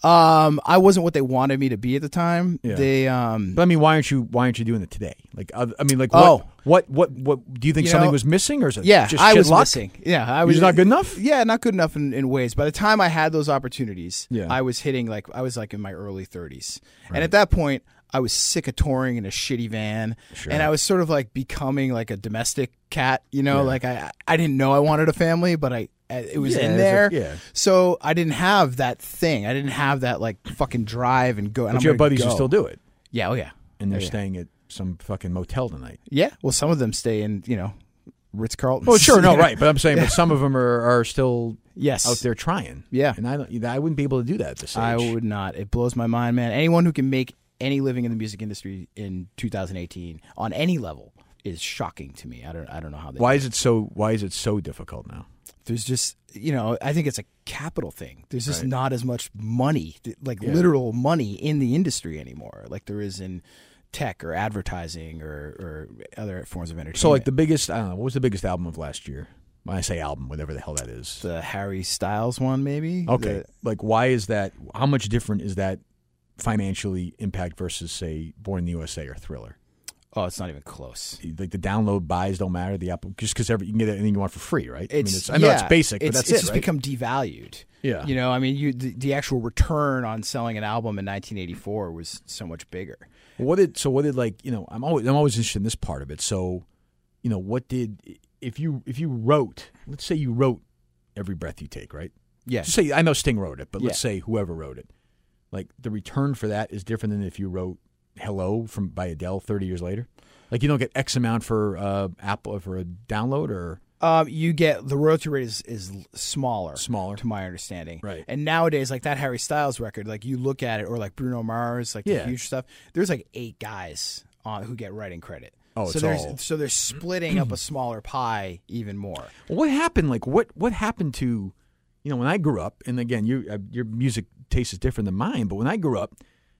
[SPEAKER 3] what? Um, I wasn't what they wanted me to be at the time.
[SPEAKER 2] Yeah.
[SPEAKER 3] They um,
[SPEAKER 2] But I mean, why aren't you why aren't you doing it today? Like oth- I mean, like what
[SPEAKER 3] Oh.
[SPEAKER 2] what, what what do you think
[SPEAKER 3] You
[SPEAKER 2] something
[SPEAKER 3] know,
[SPEAKER 2] was missing or is it
[SPEAKER 3] yeah,
[SPEAKER 2] just
[SPEAKER 3] I
[SPEAKER 2] shit
[SPEAKER 3] was
[SPEAKER 2] luck?
[SPEAKER 3] missing. Yeah, I
[SPEAKER 2] You're
[SPEAKER 3] was
[SPEAKER 2] just not good enough?
[SPEAKER 3] Yeah, not good enough in, in ways. By the time I had those opportunities,
[SPEAKER 2] Yeah.
[SPEAKER 3] I was hitting like I was like in my early 30s, and at that point, I was sick of touring in a shitty van, and I was sort of like becoming like a domestic cat. You know, like I I didn't know I wanted a family, but I it was
[SPEAKER 2] Yeah,
[SPEAKER 3] in
[SPEAKER 2] it's a-
[SPEAKER 3] there.
[SPEAKER 2] yeah.
[SPEAKER 3] So I didn't have that thing. I didn't have that like fucking drive and go. And
[SPEAKER 2] But
[SPEAKER 3] I'm
[SPEAKER 2] your
[SPEAKER 3] gonna
[SPEAKER 2] buddies
[SPEAKER 3] go.
[SPEAKER 2] who still do it
[SPEAKER 3] Yeah. Oh yeah.
[SPEAKER 2] and they're
[SPEAKER 3] Yeah.
[SPEAKER 2] staying at some fucking motel tonight.
[SPEAKER 3] Yeah. Well, some of them stay in you know. Ritz Carlton.
[SPEAKER 2] Well, Oh, sure, no, right, but I'm saying, but some of them are, are still
[SPEAKER 3] Yes.
[SPEAKER 2] out there trying.
[SPEAKER 3] Yeah.
[SPEAKER 2] and I don't, I wouldn't be able to do that at this age.
[SPEAKER 3] I would not. It blows my mind, man. Anyone who can make any living in the music industry in 2018 on any level is shocking to me. I don't. I don't know how they.
[SPEAKER 2] Why is it so? Why is it so difficult now?
[SPEAKER 3] There's just you know. I think it's a capital thing. There's just
[SPEAKER 2] Right.
[SPEAKER 3] not as much money, th- like literal money, in the industry anymore, like there is in tech or advertising or, or other forms of entertainment.
[SPEAKER 2] So, like the biggest, I don't know, what was the biggest album of last year? When I say album, whatever the hell that is.
[SPEAKER 3] the Harry Styles one, maybe.
[SPEAKER 2] okay,
[SPEAKER 3] The-
[SPEAKER 2] like why is that? How much different is that financially impact versus say Born in the USA or Thriller?
[SPEAKER 3] oh, it's not even close.
[SPEAKER 2] Like the download buys don't matter. The Apple just because every you can get anything you want for free, right? I, mean,
[SPEAKER 3] It's,
[SPEAKER 2] it's, I know it's
[SPEAKER 3] yeah,
[SPEAKER 2] basic, but
[SPEAKER 3] it's,
[SPEAKER 2] that's
[SPEAKER 3] it's
[SPEAKER 2] it,
[SPEAKER 3] just
[SPEAKER 2] right?
[SPEAKER 3] become devalued.
[SPEAKER 2] Yeah.
[SPEAKER 3] You know, I mean, you the, the actual return on selling an album in 1984 was so much bigger.
[SPEAKER 2] What did so? What did like you know? I'm always I'm always interested in this part of it. So, you know, what did if you if you wrote? Let's say you wrote every breath you take, right?
[SPEAKER 3] Yeah.
[SPEAKER 2] Just say I know Sting wrote it, but let's
[SPEAKER 3] Yeah.
[SPEAKER 2] say whoever wrote it, like the return for that is different than if you wrote "Hello" from by Adele 30 years later. Like you don't get X amount for uh, Apple for a download or
[SPEAKER 3] Um, you get the royalty rate is, is l- smaller,
[SPEAKER 2] Smaller.
[SPEAKER 3] to my understanding.
[SPEAKER 2] Right.
[SPEAKER 3] And nowadays, like that Harry Styles record, like you look at it, or like Bruno Mars, like
[SPEAKER 2] Yeah.
[SPEAKER 3] the huge stuff. There's like eight guys on who get writing credit.
[SPEAKER 2] Oh,
[SPEAKER 3] so
[SPEAKER 2] it's
[SPEAKER 3] there's
[SPEAKER 2] all-
[SPEAKER 3] so they're splitting up a smaller pie even more.
[SPEAKER 2] What happened? Like what what happened to you know when I grew up? And again, you uh, your music taste is different than mine. But when I grew up,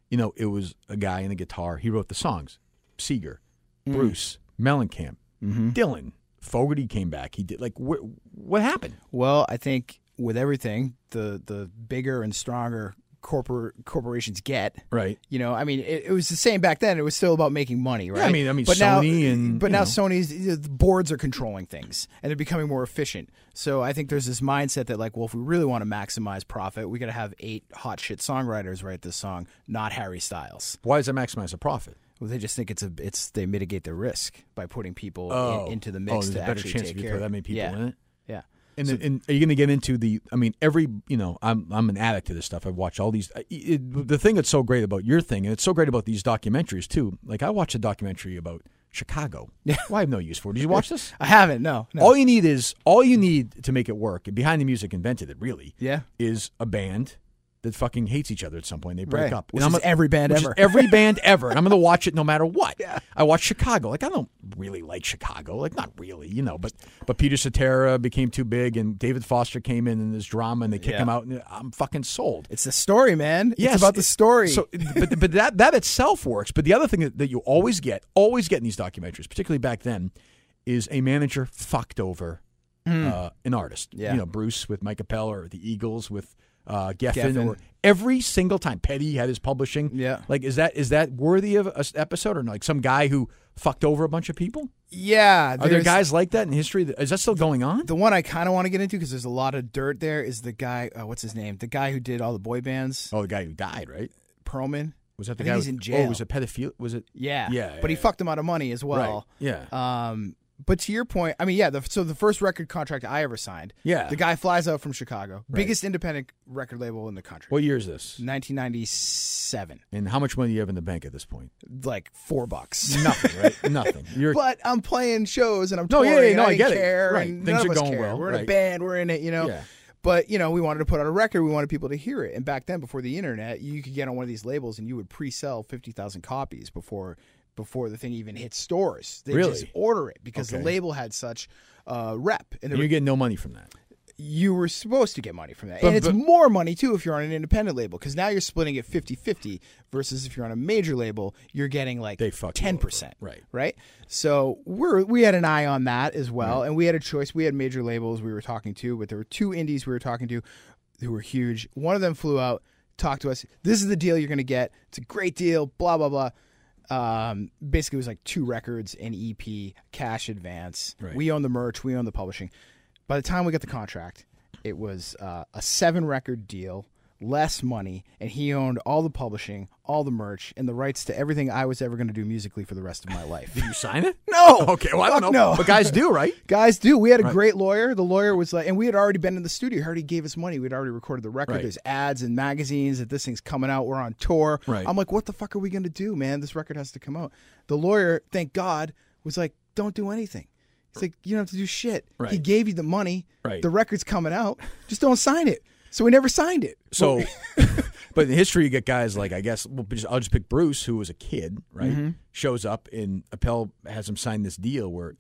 [SPEAKER 2] you know, it was a guy and a guitar. He wrote the songs. Seeger, Bruce, Mellencamp, Dylan, Fogerty came back. He did like wh- what happened?
[SPEAKER 3] Well, I think with everything, the the bigger and stronger corpor- corporations get,
[SPEAKER 2] Right.
[SPEAKER 3] You know, I mean, it, it was the same back then. It was still about making money, right?
[SPEAKER 2] I mean- I mean, Sony and,
[SPEAKER 3] but
[SPEAKER 2] you
[SPEAKER 3] now
[SPEAKER 2] know.
[SPEAKER 3] Sony's the boards are controlling things and they're becoming more efficient. So I think there's this mindset that like, well, if we really want to maximize profit, we got to have eight hot shit songwriters write this song, not Harry Styles.
[SPEAKER 2] Why does that maximize the profit?
[SPEAKER 3] Well, they just think it's a it's they mitigate the risk by putting people in, into the
[SPEAKER 2] oh,
[SPEAKER 3] mix
[SPEAKER 2] there's
[SPEAKER 3] to
[SPEAKER 2] a better
[SPEAKER 3] actually
[SPEAKER 2] chance
[SPEAKER 3] take
[SPEAKER 2] if you
[SPEAKER 3] care.
[SPEAKER 2] throw that many people
[SPEAKER 3] yeah.
[SPEAKER 2] in it.
[SPEAKER 3] Yeah.
[SPEAKER 2] And, then, and are you going to get into the? I mean, every you know, I'm I'm an addict to this stuff. I watch all these. I- It, the thing that's so great about your thing, and it's so great about these documentaries too. Like I watched a documentary about Chicago. Yeah, well, I have no use for it. Did you watch this?
[SPEAKER 3] I haven't. No. no.
[SPEAKER 2] All you need is all you need to make it work. And behind the music invented it. Really,
[SPEAKER 3] Yeah.
[SPEAKER 2] is a band that fucking hates each other at some point. They break
[SPEAKER 3] Right.
[SPEAKER 2] up.
[SPEAKER 3] Which
[SPEAKER 2] and
[SPEAKER 3] is every band
[SPEAKER 2] which is
[SPEAKER 3] ever.
[SPEAKER 2] every band ever. And I'm going to watch it no matter what. I watch Chicago. Like I don't really like Chicago. Like not really, you know. But but Peter Cetera became too big, and David Foster came in and this drama, and they kick
[SPEAKER 3] Yeah.
[SPEAKER 2] him out, and I'm fucking sold.
[SPEAKER 3] It's the story, man.
[SPEAKER 2] Yes,
[SPEAKER 3] it's about the
[SPEAKER 2] it-
[SPEAKER 3] story.
[SPEAKER 2] So, but but that that itself works. But the other thing that, that you always get, always get in these documentaries, particularly back then, is a manager fucked over uh, an artist.
[SPEAKER 3] Hmm. Yeah.
[SPEAKER 2] You know, Bruce with Mike Appel or the Eagles with uh, Geffen,
[SPEAKER 3] Geffen.
[SPEAKER 2] or every single time Petty had his publishing.
[SPEAKER 3] Yeah.
[SPEAKER 2] like is that is that worthy of an episode or like some guy who fucked over a bunch of people?
[SPEAKER 3] Yeah,
[SPEAKER 2] Are there
[SPEAKER 3] there's-
[SPEAKER 2] guys like that in history? That, is that still going on?
[SPEAKER 3] The one I kind of want to get into because there's a lot of dirt there is the guy. Uh, what's his name? The guy who did all the boy bands,
[SPEAKER 2] Oh, the guy who died, right?
[SPEAKER 3] Perlman.
[SPEAKER 2] Was that the
[SPEAKER 3] I
[SPEAKER 2] guy?
[SPEAKER 3] think he's
[SPEAKER 2] who-
[SPEAKER 3] in jail.
[SPEAKER 2] Oh, was it pedophile? Was it?
[SPEAKER 3] Yeah,
[SPEAKER 2] Yeah,
[SPEAKER 3] But he
[SPEAKER 2] yeah,
[SPEAKER 3] fucked him out of money as well.
[SPEAKER 2] right. Yeah.
[SPEAKER 3] Um, but to your point, I mean, yeah. The, so the first record contract I ever signed.
[SPEAKER 2] Yeah.
[SPEAKER 3] The guy flies out from Chicago,
[SPEAKER 2] Right.
[SPEAKER 3] biggest independent record label in the country.
[SPEAKER 2] what year is this?
[SPEAKER 3] 1997,
[SPEAKER 2] And how much money do you have in the bank at this point?
[SPEAKER 3] like four bucks.
[SPEAKER 2] Nothing, right? Nothing. You're
[SPEAKER 3] but I'm playing shows and I'm
[SPEAKER 2] No,
[SPEAKER 3] touring.
[SPEAKER 2] yeah, yeah,
[SPEAKER 3] and
[SPEAKER 2] no, I
[SPEAKER 3] didn't
[SPEAKER 2] get it.
[SPEAKER 3] care,
[SPEAKER 2] Right.
[SPEAKER 3] and
[SPEAKER 2] Things
[SPEAKER 3] none of
[SPEAKER 2] are
[SPEAKER 3] us
[SPEAKER 2] going
[SPEAKER 3] care.
[SPEAKER 2] well,
[SPEAKER 3] We're in a
[SPEAKER 2] right.
[SPEAKER 3] band. We're in it. You know.
[SPEAKER 2] Yeah.
[SPEAKER 3] But you know, we wanted to put out a record. We wanted people to hear it. And back then, before the internet, you could get on one of these labels and you would pre-sell fifty thousand copies before before the thing even hit stores. They
[SPEAKER 2] Really?
[SPEAKER 3] just order it because
[SPEAKER 2] Okay.
[SPEAKER 3] the label had such uh, rep, and it
[SPEAKER 2] and
[SPEAKER 3] would-
[SPEAKER 2] you're getting no money from that.
[SPEAKER 3] you were supposed to get money from that.
[SPEAKER 2] But-
[SPEAKER 3] and it's
[SPEAKER 2] but-
[SPEAKER 3] more money too if you're on an independent label because now you're splitting it 50-50 versus if you're on a major label, you're getting like
[SPEAKER 2] They fuck you
[SPEAKER 3] ten percent.
[SPEAKER 2] over, right.
[SPEAKER 3] Right. So we're we had an eye on that as well, and we had a choice. We had major labels we were talking to, but there were two indies we were talking to who were huge. One of them flew out, talked to us. This is the deal you're going to get. It's a great deal. Blah blah blah. Um, basically, it was like two records, an EP, cash advance.
[SPEAKER 2] Right.
[SPEAKER 3] We own the merch. We own the publishing. By the time we got the contract, it was uh, a seven record deal, less money, and he owned all the publishing, all the merch, and the rights to everything I was ever going to do musically for the rest of my life.
[SPEAKER 2] You sign it?
[SPEAKER 3] no.
[SPEAKER 2] Okay, well I don't
[SPEAKER 3] Fuck
[SPEAKER 2] know.
[SPEAKER 3] No.
[SPEAKER 2] But guys do, right?
[SPEAKER 3] Guys, do we had a great lawyer. The lawyer was like, and we had already been in the studio. He already gave us money. We'd already recorded the record.
[SPEAKER 2] Right.
[SPEAKER 3] There's ads and magazines that this thing's coming out. We're on tour.
[SPEAKER 2] Right.
[SPEAKER 3] I'm like, what the fuck are we gonna do, man? This record has to come out. The lawyer, thank God, was like, don't do anything. He's like, you don't have to do shit. He
[SPEAKER 2] Right.
[SPEAKER 3] gave you the money.
[SPEAKER 2] Right.
[SPEAKER 3] The record's coming out. Just don't sign it. So we never signed it.
[SPEAKER 2] So, but in history, you get guys like I guess we'll just, I'll just pick Bruce, who was a kid, right?
[SPEAKER 3] Mm-hmm.
[SPEAKER 2] Shows up and Appel has him sign this deal where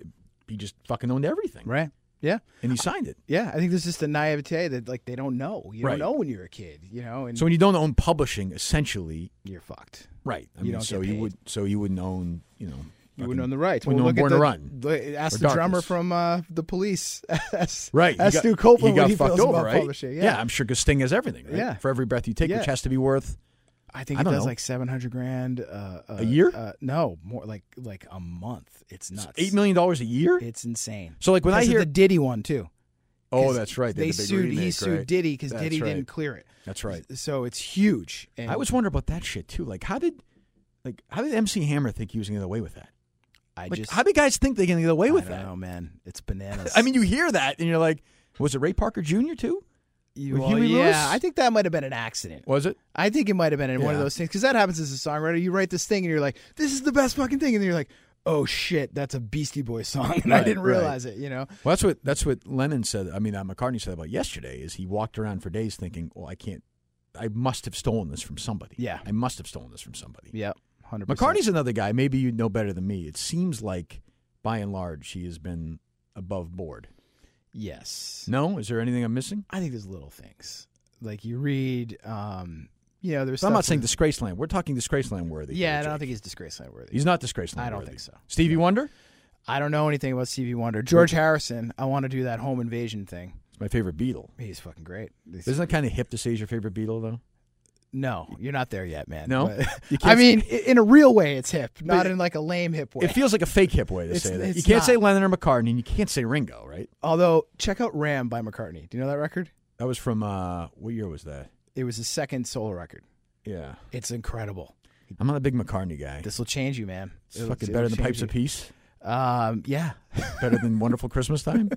[SPEAKER 2] he just fucking owned everything,
[SPEAKER 3] Right. Yeah.
[SPEAKER 2] and he signed it.
[SPEAKER 3] Yeah. I think there's just a naivete that like they don't know. You
[SPEAKER 2] Right.
[SPEAKER 3] don't know when you're a kid. You know, and
[SPEAKER 2] So when you don't own publishing, essentially,
[SPEAKER 3] you're fucked.
[SPEAKER 2] right? I
[SPEAKER 3] You
[SPEAKER 2] mean,
[SPEAKER 3] don't
[SPEAKER 2] so
[SPEAKER 3] get
[SPEAKER 2] you
[SPEAKER 3] paid.
[SPEAKER 2] would, so you wouldn't own, you know,
[SPEAKER 3] You wouldn't own the rights.
[SPEAKER 2] Wouldn't
[SPEAKER 3] Well,
[SPEAKER 2] own
[SPEAKER 3] look
[SPEAKER 2] Born
[SPEAKER 3] at
[SPEAKER 2] to
[SPEAKER 3] the-
[SPEAKER 2] Run.
[SPEAKER 3] the- ask
[SPEAKER 2] Or
[SPEAKER 3] the drummer
[SPEAKER 2] Darkness.
[SPEAKER 3] from uh, the police. ask,
[SPEAKER 2] Right, he
[SPEAKER 3] Ask
[SPEAKER 2] got-
[SPEAKER 3] Stu Copeland
[SPEAKER 2] He got
[SPEAKER 3] what he
[SPEAKER 2] fucked
[SPEAKER 3] feels
[SPEAKER 2] over,
[SPEAKER 3] about
[SPEAKER 2] right?
[SPEAKER 3] publishing. Yeah.
[SPEAKER 2] I'm sure because Sting has everything. Right?
[SPEAKER 3] Yeah.
[SPEAKER 2] for every breath you take,
[SPEAKER 3] Yeah.
[SPEAKER 2] which has to be worth.
[SPEAKER 3] I think
[SPEAKER 2] I
[SPEAKER 3] it
[SPEAKER 2] don't
[SPEAKER 3] does
[SPEAKER 2] know.
[SPEAKER 3] like seven hundred grand uh, uh,
[SPEAKER 2] A year?
[SPEAKER 3] Uh, no, more like like a month. It's nuts.
[SPEAKER 2] Eight million dollars a year.
[SPEAKER 3] It's insane.
[SPEAKER 2] So like when I
[SPEAKER 3] Because of
[SPEAKER 2] hear,
[SPEAKER 3] the Diddy one too.
[SPEAKER 2] oh,
[SPEAKER 3] 'Cause
[SPEAKER 2] that's right.
[SPEAKER 3] They,
[SPEAKER 2] did the big
[SPEAKER 3] sued. he
[SPEAKER 2] remake,
[SPEAKER 3] sued
[SPEAKER 2] right?
[SPEAKER 3] Diddy because
[SPEAKER 2] That's
[SPEAKER 3] Diddy
[SPEAKER 2] right.
[SPEAKER 3] didn't clear it.
[SPEAKER 2] That's right.
[SPEAKER 3] So it's huge. And
[SPEAKER 2] I always wonder about that shit too. Like, how did, like, how did MC Hammer think he was going to get away with that?
[SPEAKER 3] I
[SPEAKER 2] Like,
[SPEAKER 3] just
[SPEAKER 2] how do guys think they can get away
[SPEAKER 3] I
[SPEAKER 2] with
[SPEAKER 3] don't
[SPEAKER 2] that?
[SPEAKER 3] know, man. It's bananas.
[SPEAKER 2] I mean, you hear that and you're like, was it Ray Parker Jr. too?
[SPEAKER 3] you,
[SPEAKER 2] with
[SPEAKER 3] well,
[SPEAKER 2] Huey
[SPEAKER 3] yeah.
[SPEAKER 2] Lewis?
[SPEAKER 3] I think that might have been an accident.
[SPEAKER 2] Was it?
[SPEAKER 3] I think it might have been in one of
[SPEAKER 2] Yeah.
[SPEAKER 3] those things because that happens as a songwriter. You write this thing and you're like, "This is the best fucking thing," and then you're like, "Oh shit, that's a Beastie Boys song," and I
[SPEAKER 2] Right,
[SPEAKER 3] didn't
[SPEAKER 2] right.
[SPEAKER 3] realize it. You know?
[SPEAKER 2] Well, that's what that's what Lennon said. I mean, uh, McCartney said about yesterday is he walked around for days thinking, well, I can't, I must have stolen this from somebody.
[SPEAKER 3] Yeah.
[SPEAKER 2] I must have stolen this from somebody.
[SPEAKER 3] Yeah, hundred.
[SPEAKER 2] McCartney's another guy. Maybe you know better than me. It seems like, by and large, he has been above board.
[SPEAKER 3] Yes.
[SPEAKER 2] No, is there anything I'm missing?
[SPEAKER 3] I think there's little things like you read. um You know, there's.
[SPEAKER 2] So I'm
[SPEAKER 3] stuff
[SPEAKER 2] not saying
[SPEAKER 3] with-
[SPEAKER 2] Disgraceland. We're talking Disgraceland worthy. here,
[SPEAKER 3] Yeah, I don't
[SPEAKER 2] Jake.
[SPEAKER 3] think he's disgraceland worthy.
[SPEAKER 2] he's not Disgraceland.
[SPEAKER 3] I don't
[SPEAKER 2] worthy.
[SPEAKER 3] think so.
[SPEAKER 2] Stevie Wonder.
[SPEAKER 3] I don't know anything about Stevie Wonder. George Harrison. I want to do that home invasion thing.
[SPEAKER 2] It's my favorite Beatle.
[SPEAKER 3] He's fucking great. He's-
[SPEAKER 2] Isn't that kind of hip to say he's your favorite Beatle though?
[SPEAKER 3] no, you're not there yet, man.
[SPEAKER 2] No?
[SPEAKER 3] But-
[SPEAKER 2] You can't
[SPEAKER 3] I
[SPEAKER 2] say-
[SPEAKER 3] mean, i- in a real way, it's hip, not
[SPEAKER 2] But-
[SPEAKER 3] in like a lame hip way.
[SPEAKER 2] It feels like a fake hip way to
[SPEAKER 3] It's-
[SPEAKER 2] say that.
[SPEAKER 3] it's
[SPEAKER 2] You can't
[SPEAKER 3] not.
[SPEAKER 2] say Lennon or McCartney, and you can't say Ringo, right?
[SPEAKER 3] Although, check out Ram by McCartney. Do you know that record?
[SPEAKER 2] That was from uh, what year was that?
[SPEAKER 3] It was his second solo record.
[SPEAKER 2] Yeah,
[SPEAKER 3] It's incredible.
[SPEAKER 2] I'm not a big McCartney guy.
[SPEAKER 3] This will change you, man.
[SPEAKER 2] It's fucking better than Pipes of Peace,
[SPEAKER 3] Peace. Um, yeah.
[SPEAKER 2] better than Wonderful Christmas Time.